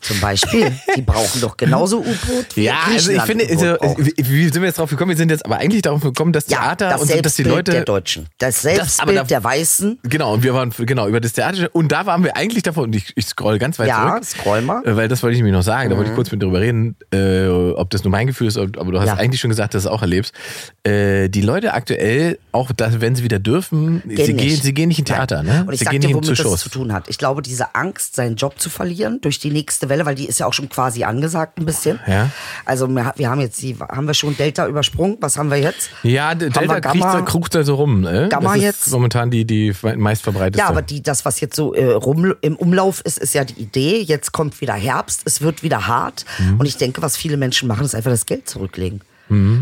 Speaker 4: Zum Beispiel. Die brauchen doch genauso U-Boot wie
Speaker 5: Ja, also ich
Speaker 4: Griechenland
Speaker 5: finde,
Speaker 4: U-Boot
Speaker 5: also,
Speaker 4: braucht.
Speaker 5: wie, wie sind wir jetzt drauf gekommen? Wir sind jetzt aber eigentlich darauf gekommen, dass
Speaker 4: ja,
Speaker 5: Theater
Speaker 4: das
Speaker 5: und so,
Speaker 4: Selbstbild
Speaker 5: dass die Leute.
Speaker 4: der Deutschen. Das
Speaker 5: Das- aber
Speaker 4: Selbstbild
Speaker 5: da-
Speaker 4: der Weißen.
Speaker 5: Genau, und wir waren genau über das Theater und da waren wir eigentlich davon, und ich, ich scroll ganz weit
Speaker 4: Ja,
Speaker 5: zurück.
Speaker 4: scroll mal. Mhm.
Speaker 5: äh, Weil das wollte ich nämlich noch sagen, da wollte ich kurz mit drüber reden, äh, ob das nur mein Gefühl ist, ob- aber du hast
Speaker 4: Ja.
Speaker 5: eigentlich schon gesagt, dass du es auch erlebst. Äh, die Leute aktuell, auch das, wenn sie wieder dürfen, sie,
Speaker 4: nicht.
Speaker 5: Gehen, sie gehen nicht in Theater, ne?
Speaker 4: Und ich
Speaker 5: sie
Speaker 4: sag
Speaker 5: gehen
Speaker 4: dir,
Speaker 5: nicht
Speaker 4: womit
Speaker 5: zu
Speaker 4: das
Speaker 5: Shows.
Speaker 4: zu tun hat. Ich glaube, diese Angst, seinen Job zu verlieren durch die nächste Welle, weil die ist ja auch schon quasi angesagt ein bisschen.
Speaker 5: Ja.
Speaker 4: Also wir, wir haben jetzt die, haben wir schon Delta übersprungen? Was haben wir jetzt?
Speaker 5: Ja,
Speaker 4: Haben
Speaker 5: Delta
Speaker 4: wir Gamma?
Speaker 5: kriecht- krucht da so rum. Äh?
Speaker 4: Gamma
Speaker 5: das ist
Speaker 4: jetzt?
Speaker 5: momentan die, die meistverbreitete.
Speaker 4: Ja, aber die, das, was jetzt so äh, rum, im Umlauf ist, ist ja die Idee. Jetzt kommt wieder Herbst, es wird wieder hart.
Speaker 5: Mhm.
Speaker 4: Und ich denke, was viele Menschen machen, ist einfach das Geld zurücklegen.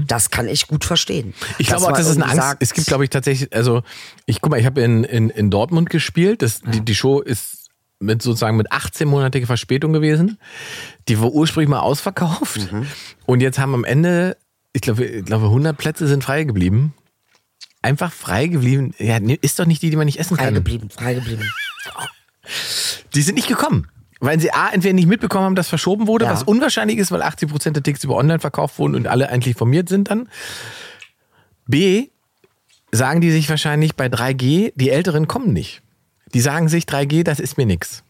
Speaker 4: Das kann ich gut verstehen.
Speaker 5: Mhm. Ich glaube auch,
Speaker 4: man
Speaker 5: das ist eine
Speaker 4: irgendwie
Speaker 5: Angst.
Speaker 4: sagt,
Speaker 5: es gibt, glaube ich, tatsächlich, also ich guck mal, ich habe in, in, in Dortmund gespielt. Das, die, die Show ist mit sozusagen mit 18-monatiger Verspätung gewesen. Die war ursprünglich mal ausverkauft.
Speaker 4: Mhm.
Speaker 5: Und jetzt haben am Ende, ich glaube, ich glaube, 100 Plätze sind frei geblieben. Einfach frei geblieben. Ja, nee, ist doch nicht die, die man nicht essen
Speaker 4: frei
Speaker 5: kann.
Speaker 4: geblieben, frei geblieben.
Speaker 5: Die sind nicht gekommen. Weil sie A, entweder nicht mitbekommen haben, dass verschoben wurde,
Speaker 4: Ja.
Speaker 5: was unwahrscheinlich ist, weil 80% der Tickets über online verkauft wurden und alle eigentlich informiert sind dann. B, sagen die sich wahrscheinlich bei 3G, die Älteren kommen nicht. Die sagen sich 3G, das ist mir nix.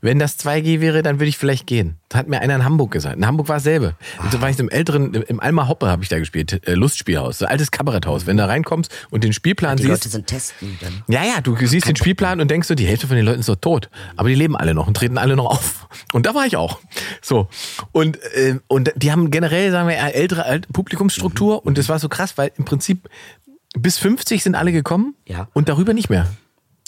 Speaker 5: Wenn das 2G wäre, dann würde ich vielleicht gehen. Das hat mir einer in Hamburg gesagt. In Hamburg war dasselbe.
Speaker 4: Ah.
Speaker 5: So war ich im älteren, im- im Alma Hoppe habe ich da gespielt, äh, Lustspielhaus, so ein altes Kabaretthaus. Wenn du da reinkommst und den Spielplan
Speaker 4: Die
Speaker 5: siehst,
Speaker 4: Leute sind testen. Dann.
Speaker 5: ja, ja, du siehst den Spielplan und denkst so, die Hälfte von den Leuten ist doch tot. Aber die leben alle noch und treten alle noch auf. Und da war ich auch. So. Und, äh, und die haben generell, sagen wir, eine ältere Alt- Publikumsstruktur und das war so krass, weil im Prinzip bis 50 sind alle gekommen
Speaker 4: Ja.
Speaker 5: und darüber nicht mehr.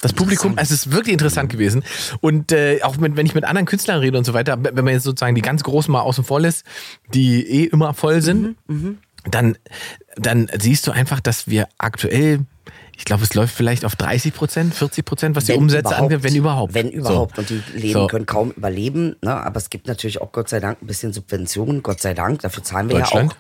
Speaker 5: Das Publikum, also es ist wirklich interessant gewesen. Und äh, auch mit, wenn ich mit anderen Künstlern rede und so weiter, wenn man jetzt sozusagen die ganz großen mal außen vor lässt, die eh immer voll sind,
Speaker 4: Mhm,
Speaker 5: dann, dann siehst du einfach, dass wir aktuell, ich glaube, es läuft vielleicht auf 30 Prozent, 40 Prozent, was die
Speaker 4: Wenn
Speaker 5: Umsätze
Speaker 4: überhaupt.
Speaker 5: angeht, wenn überhaupt.
Speaker 4: Wenn überhaupt.
Speaker 5: So.
Speaker 4: Und die Läden
Speaker 5: So.
Speaker 4: können kaum überleben. Ne? Aber es gibt natürlich auch Gott sei Dank ein bisschen Subventionen. Gott sei Dank. Dafür zahlen wir ja auch
Speaker 5: Deutschland?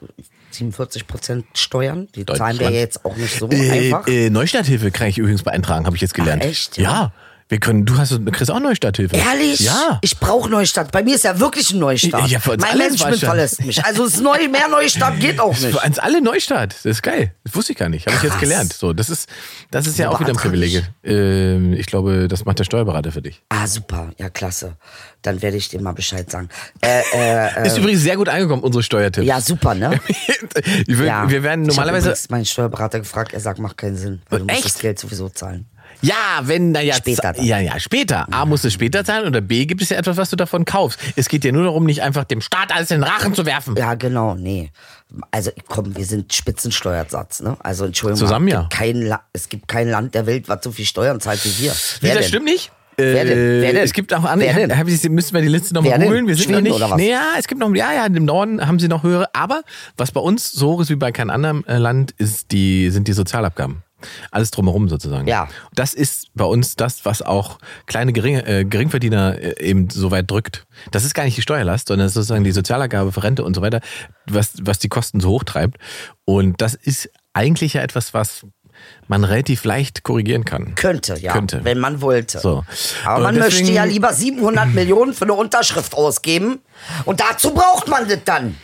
Speaker 4: 47 Prozent Steuern. Die zahlen wir
Speaker 5: Deutschland.
Speaker 4: ja jetzt auch nicht so
Speaker 5: Äh,
Speaker 4: einfach.
Speaker 5: äh, Neustarthilfe kann ich übrigens beantragen, habe ich jetzt gelernt.
Speaker 4: Ach, echt?
Speaker 5: Ja. Wir können, du hast, du kriegst auch Neustarthilfe.
Speaker 4: Ehrlich?
Speaker 5: Ja.
Speaker 4: Ich brauche Neustart. Bei mir ist ja wirklich ein Neustart.
Speaker 5: Ja, für uns
Speaker 4: mein
Speaker 5: alle
Speaker 4: Management
Speaker 5: Neustart.
Speaker 4: verlässt mich. Also es ist neu, mehr Neustart geht auch nicht.
Speaker 5: Für uns alle Neustart. Das ist geil. Das wusste ich gar nicht. Habe ich jetzt
Speaker 4: Krass.
Speaker 5: gelernt. So, das ist, das ist ja
Speaker 4: Wo
Speaker 5: auch wieder ein
Speaker 4: beantrage ich?
Speaker 5: Privileg. Ähm, ich glaube, das macht der Steuerberater für dich.
Speaker 4: Ah, super. Ja, klasse. Dann werde ich dir mal Bescheid sagen. Äh, äh, äh,
Speaker 5: Ist übrigens sehr gut angekommen, unsere Steuertipps.
Speaker 4: ja, super, ne?
Speaker 5: wir,
Speaker 4: Ja.
Speaker 5: wir werden
Speaker 4: Ich
Speaker 5: normalerweise.
Speaker 4: habe meinen Steuerberater gefragt, er sagt, macht keinen Sinn. Weil du musst
Speaker 5: Echt?
Speaker 4: das Geld sowieso zahlen.
Speaker 5: Ja, wenn, naja,
Speaker 4: Später dann.
Speaker 5: Ja, ja, später. A, musst du später zahlen oder B, gibt es ja etwas, was du davon kaufst. Es geht dir nur darum, nicht einfach dem Staat alles in den Rachen zu werfen.
Speaker 4: Ja, genau, nee. Also komm, wir sind Spitzensteuersatz, ne? Also Entschuldigung.
Speaker 5: Zusammen,
Speaker 4: es gibt
Speaker 5: ja.
Speaker 4: Kein La es gibt kein Land der Welt, was so viel Steuern zahlt wie wir.
Speaker 5: Nee,
Speaker 4: Wer
Speaker 5: das
Speaker 4: denn?
Speaker 5: stimmt nicht.
Speaker 4: Wer denn?
Speaker 5: Äh,
Speaker 4: Wer denn?
Speaker 5: Es gibt auch andere.
Speaker 4: Wer
Speaker 5: hab-
Speaker 4: denn?
Speaker 5: Hab, ich- müssen wir die Liste nochmal
Speaker 4: Wer denn?
Speaker 5: holen? Wir sind
Speaker 4: Schweden
Speaker 5: noch nicht.
Speaker 4: oder was?
Speaker 5: Nee, ja, es gibt noch. Ja, ja, im Norden haben sie noch höhere. Aber was bei uns so hoch ist wie bei keinem anderen äh, Land, ist die, sind die Sozialabgaben. Alles drumherum sozusagen.
Speaker 4: Ja.
Speaker 5: Das ist bei uns das, was auch kleine Geringe, äh, Geringverdiener äh, eben so weit drückt. Das ist gar nicht die Steuerlast, sondern das ist sozusagen die Sozialabgabe für Rente und so weiter, was, was die Kosten so hoch treibt. Und das ist eigentlich ja etwas, was man relativ leicht korrigieren kann.
Speaker 4: Könnte, ja.
Speaker 5: Könnte.
Speaker 4: Wenn man wollte.
Speaker 5: So.
Speaker 4: Aber
Speaker 5: Und
Speaker 4: man
Speaker 5: deswegen-
Speaker 4: möchte ja lieber 700 Millionen für eine Unterschrift ausgeben. Und dazu braucht man das dann.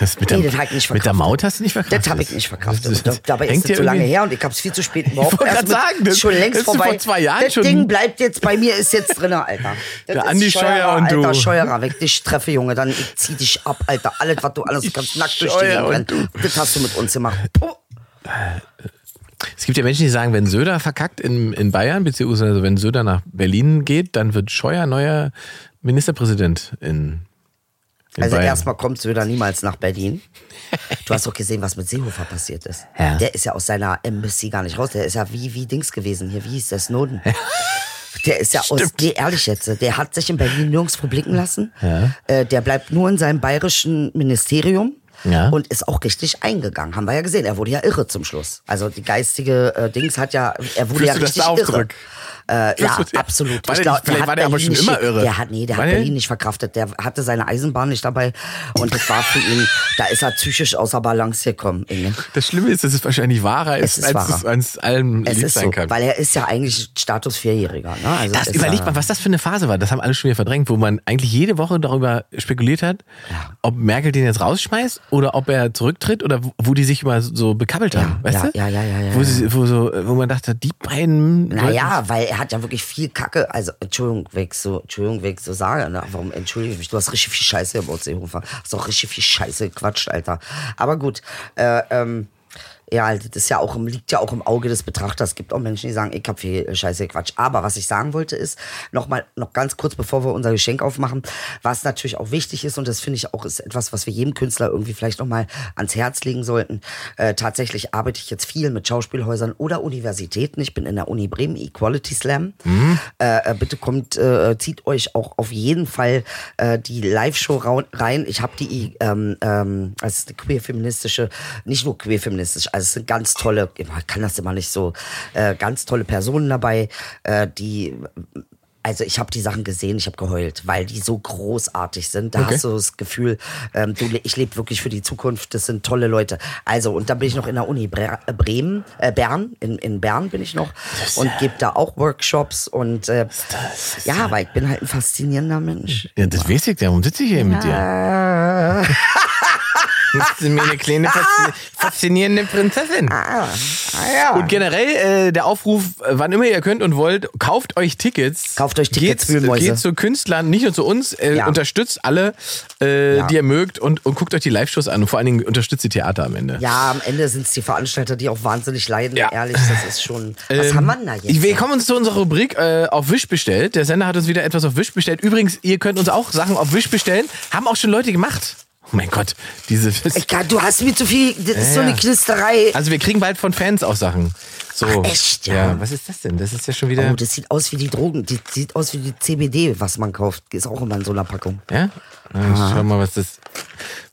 Speaker 5: Das mit,
Speaker 4: Nee,
Speaker 5: der,
Speaker 4: das hab ich nicht
Speaker 5: mit der
Speaker 4: verkraftet.
Speaker 5: Maut hast du nicht verkauft.
Speaker 4: Das habe ich nicht verkauft.
Speaker 5: Das, das,
Speaker 4: Und dabei
Speaker 5: hängt
Speaker 4: ist es
Speaker 5: dir
Speaker 4: so lange
Speaker 5: irgendwie-
Speaker 4: her und ich habe es viel zu spät überhaupt.
Speaker 5: Ich wollte
Speaker 4: erst
Speaker 5: grad
Speaker 4: mit-
Speaker 5: sagen, das
Speaker 4: ist schon längst
Speaker 5: hättest du
Speaker 4: vorbei.
Speaker 5: vor zwei Jahren
Speaker 4: das
Speaker 5: schon-
Speaker 4: Ding bleibt jetzt bei mir, ist jetzt drin, Alter. Das
Speaker 5: Der
Speaker 4: ist
Speaker 5: Andi Scheuer und du.
Speaker 4: Alter, Scheuerer, weg dich treffe, Junge, dann ich zieh dich ab, Alter. Alles, was du alles kannst, nackt durch die
Speaker 5: Scheuer
Speaker 4: Gegend
Speaker 5: und
Speaker 4: rennen. Das hast du mit uns gemacht. Puh.
Speaker 5: Es gibt ja Menschen, die sagen, wenn Söder verkackt in, in Bayern, beziehungsweise also wenn Söder nach Berlin geht, dann wird Scheuer neuer Ministerpräsident in, in
Speaker 4: Also
Speaker 5: Bayern.
Speaker 4: erstmal kommst du wieder niemals nach Berlin. Du hast doch gesehen, was mit Seehofer passiert ist.
Speaker 5: Ja.
Speaker 4: Der ist ja aus seiner Embassy gar nicht raus. Der ist ja wie, wie Dings gewesen hier. Wie hieß der Snowden? Der ist ja aus, nee, ehrlich jetzt, der hat sich in Berlin nirgendwo blicken lassen. Äh, der bleibt nur in seinem bayerischen Ministerium.
Speaker 5: Ja.
Speaker 4: Und ist auch richtig eingegangen, haben wir ja gesehen. Er wurde ja irre zum Schluss. Also die geistige äh, Dings hat ja, er wurde
Speaker 5: Führst
Speaker 4: ja
Speaker 5: du das
Speaker 4: richtig
Speaker 5: da auch
Speaker 4: irre.
Speaker 5: zurück?
Speaker 4: Äh, ja,
Speaker 5: Führst du- ja.
Speaker 4: absolut.
Speaker 5: War Also der
Speaker 4: Ich glaub,
Speaker 5: nicht- vielleicht
Speaker 4: hat
Speaker 5: war der aber schon
Speaker 4: nicht-
Speaker 5: immer irre.
Speaker 4: Der hat, nee, der
Speaker 5: War
Speaker 4: hat
Speaker 5: der-
Speaker 4: Berlin nicht verkraftet. Der hatte seine Eisenbahn nicht dabei und das war für ihn, da ist er psychisch außer Balance gekommen. Inge.
Speaker 5: das Schlimme ist, dass es wahrscheinlich wahrer ist,
Speaker 4: Es ist
Speaker 5: als es
Speaker 4: wahrer.
Speaker 5: uns allen
Speaker 4: Es
Speaker 5: lieb
Speaker 4: ist
Speaker 5: sein
Speaker 4: so,
Speaker 5: kann.
Speaker 4: weil er ist ja eigentlich Status Vierjähriger. Ne? Also
Speaker 5: Das
Speaker 4: ist
Speaker 5: überlegt
Speaker 4: ja,
Speaker 5: mal, was das für eine Phase war. Das haben alle schon wieder verdrängt, wo man eigentlich jede Woche darüber spekuliert hat, ob Merkel den jetzt rausschmeißt oder ob er zurücktritt oder wo, wo die sich immer so bekabbelt haben.
Speaker 4: Ja,
Speaker 5: weißt
Speaker 4: ja,
Speaker 5: du?
Speaker 4: ja, ja, ja, ja,
Speaker 5: Wo,
Speaker 4: ja.
Speaker 5: sie, wo, so, wo man dachte, die beiden.
Speaker 4: Naja, weil er hat ja wirklich viel Kacke. Also, Entschuldigung, weg so, Entschuldigung, weg so sage. Ne? Warum entschuldige ich mich? Du hast richtig viel Scheiße gebaut, Seehofer. Hast auch richtig viel Scheiße gequatscht, Alter. Aber gut, äh, ähm, ja, das ist ja auch im, liegt ja auch im Auge des Betrachters. Es gibt auch Menschen, die sagen, ich hab viel äh, Scheiße gequatscht. Aber was ich sagen wollte ist, nochmal, noch ganz kurz, bevor wir unser Geschenk aufmachen, was natürlich auch wichtig ist, und das finde ich auch ist etwas, was wir jedem Künstler irgendwie vielleicht nochmal ans Herz legen sollten. Äh, tatsächlich arbeite ich jetzt viel mit Schauspielhäusern oder Universitäten. Ich bin in der Uni Bremen, Equality Slam. Äh, äh, bitte kommt, äh, zieht euch auch auf jeden Fall äh, die Live-Show rau- rein. Ich habe die, ähm, ähm, also es ist eine queer-feministische, nicht nur queer-feministisch, also es sind ganz tolle, ich kann das immer nicht so, äh, ganz tolle Personen dabei, äh, die also ich habe die Sachen gesehen, ich habe geheult, weil die so großartig sind. Da
Speaker 5: Okay.
Speaker 4: hast du das Gefühl, ähm, du, le- ich lebe wirklich für die Zukunft, das sind tolle Leute. Also, und dann bin ich noch in der Uni Bre äh, Bremen, äh, Bern, in, in Bern bin ich noch und gebe da auch Workshops und äh, ja, weil ich bin halt ein faszinierender Mensch. Äh,
Speaker 5: Ja, das weiß ich ja. Warum sitze ich hier mit dir? Ist mir eine kleine faszin- faszinierende Prinzessin.
Speaker 4: Ah.
Speaker 5: Und generell äh, der Aufruf, äh, wann immer ihr könnt und wollt, kauft euch Tickets.
Speaker 4: Kauft euch Tickets,
Speaker 5: geht,
Speaker 4: Wühlmäuse.
Speaker 5: geht zu Künstlern, nicht nur zu uns, äh,
Speaker 4: Ja.
Speaker 5: unterstützt alle, äh,
Speaker 4: Ja.
Speaker 5: die ihr mögt und, und guckt euch die Live-Shows an und vor allen Dingen unterstützt die Theater am Ende.
Speaker 4: Ja, am Ende sind es die Veranstalter, die auch wahnsinnig leiden,
Speaker 5: Ja. Ähm,
Speaker 4: ehrlich. Das ist schon. Was haben wir denn da jetzt?
Speaker 5: Ich- Wir kommen zu unserer Rubrik äh, auf Wish bestellt. Der Sender hat uns wieder etwas auf Wish bestellt. Übrigens, ihr könnt uns auch Sachen auf Wish bestellen. Haben auch schon Leute gemacht. Oh mein Gott, diese.
Speaker 4: Ich kann, du hast mir zu viel. Das ist
Speaker 5: Ja,
Speaker 4: so eine
Speaker 5: ja.
Speaker 4: Knisterei.
Speaker 5: Also wir kriegen bald von Fans auch Sachen. So.
Speaker 4: Ach, echt, ja?
Speaker 5: Was ist das denn? Das ist ja schon wieder.
Speaker 4: oh, das sieht aus wie die Drogen. Das sieht aus wie die CBD, was man kauft. Ist auch immer in so einer Packung.
Speaker 5: ja? Na,
Speaker 4: Ah.
Speaker 5: Ich schau mal, was das.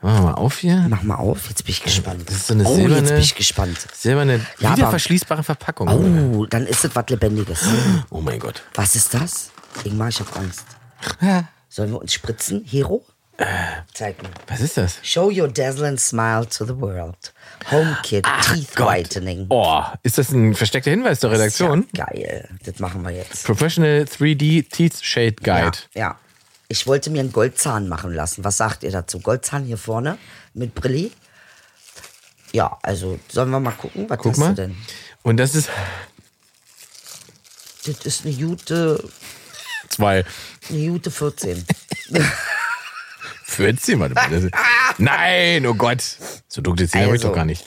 Speaker 5: Machen wir mal auf hier.
Speaker 4: Mach mal auf, jetzt bin ich gespannt.
Speaker 5: Das ist so eine
Speaker 4: oh,
Speaker 5: silberne-
Speaker 4: jetzt bin ich gespannt.
Speaker 5: Silberne,
Speaker 4: Ja,
Speaker 5: wieder
Speaker 4: aber-
Speaker 5: verschließbare Verpackung.
Speaker 4: Oh, dann ist das was Lebendiges.
Speaker 5: Oh mein Gott.
Speaker 4: Was ist das? Ingmar, ich hab Angst. Sollen wir uns spritzen? Hero?
Speaker 5: Äh.
Speaker 4: Zeig mir.
Speaker 5: Was ist das?
Speaker 4: Show your dazzling smile to the world. Home Kit Teeth Whitening.
Speaker 5: Oh, ist das ein versteckter Hinweis der Redaktion?
Speaker 4: Ja, geil. Das machen wir jetzt.
Speaker 5: Professional 3D Teeth Shade
Speaker 4: Ja,
Speaker 5: Guide.
Speaker 4: ja. Ich wollte mir einen Goldzahn machen lassen. Was sagt ihr dazu? Goldzahn hier vorne mit Brilli? Ja, also sollen wir mal gucken, was
Speaker 5: Guck
Speaker 4: hast
Speaker 5: mal.
Speaker 4: du denn?
Speaker 5: Und das ist
Speaker 4: Das ist eine gute,
Speaker 5: zwei.
Speaker 4: eine gute 14.
Speaker 5: 14, warte mal. das- Nein, oh Gott. So dunkle Zähne habe ich
Speaker 4: Also.
Speaker 5: doch gar nicht.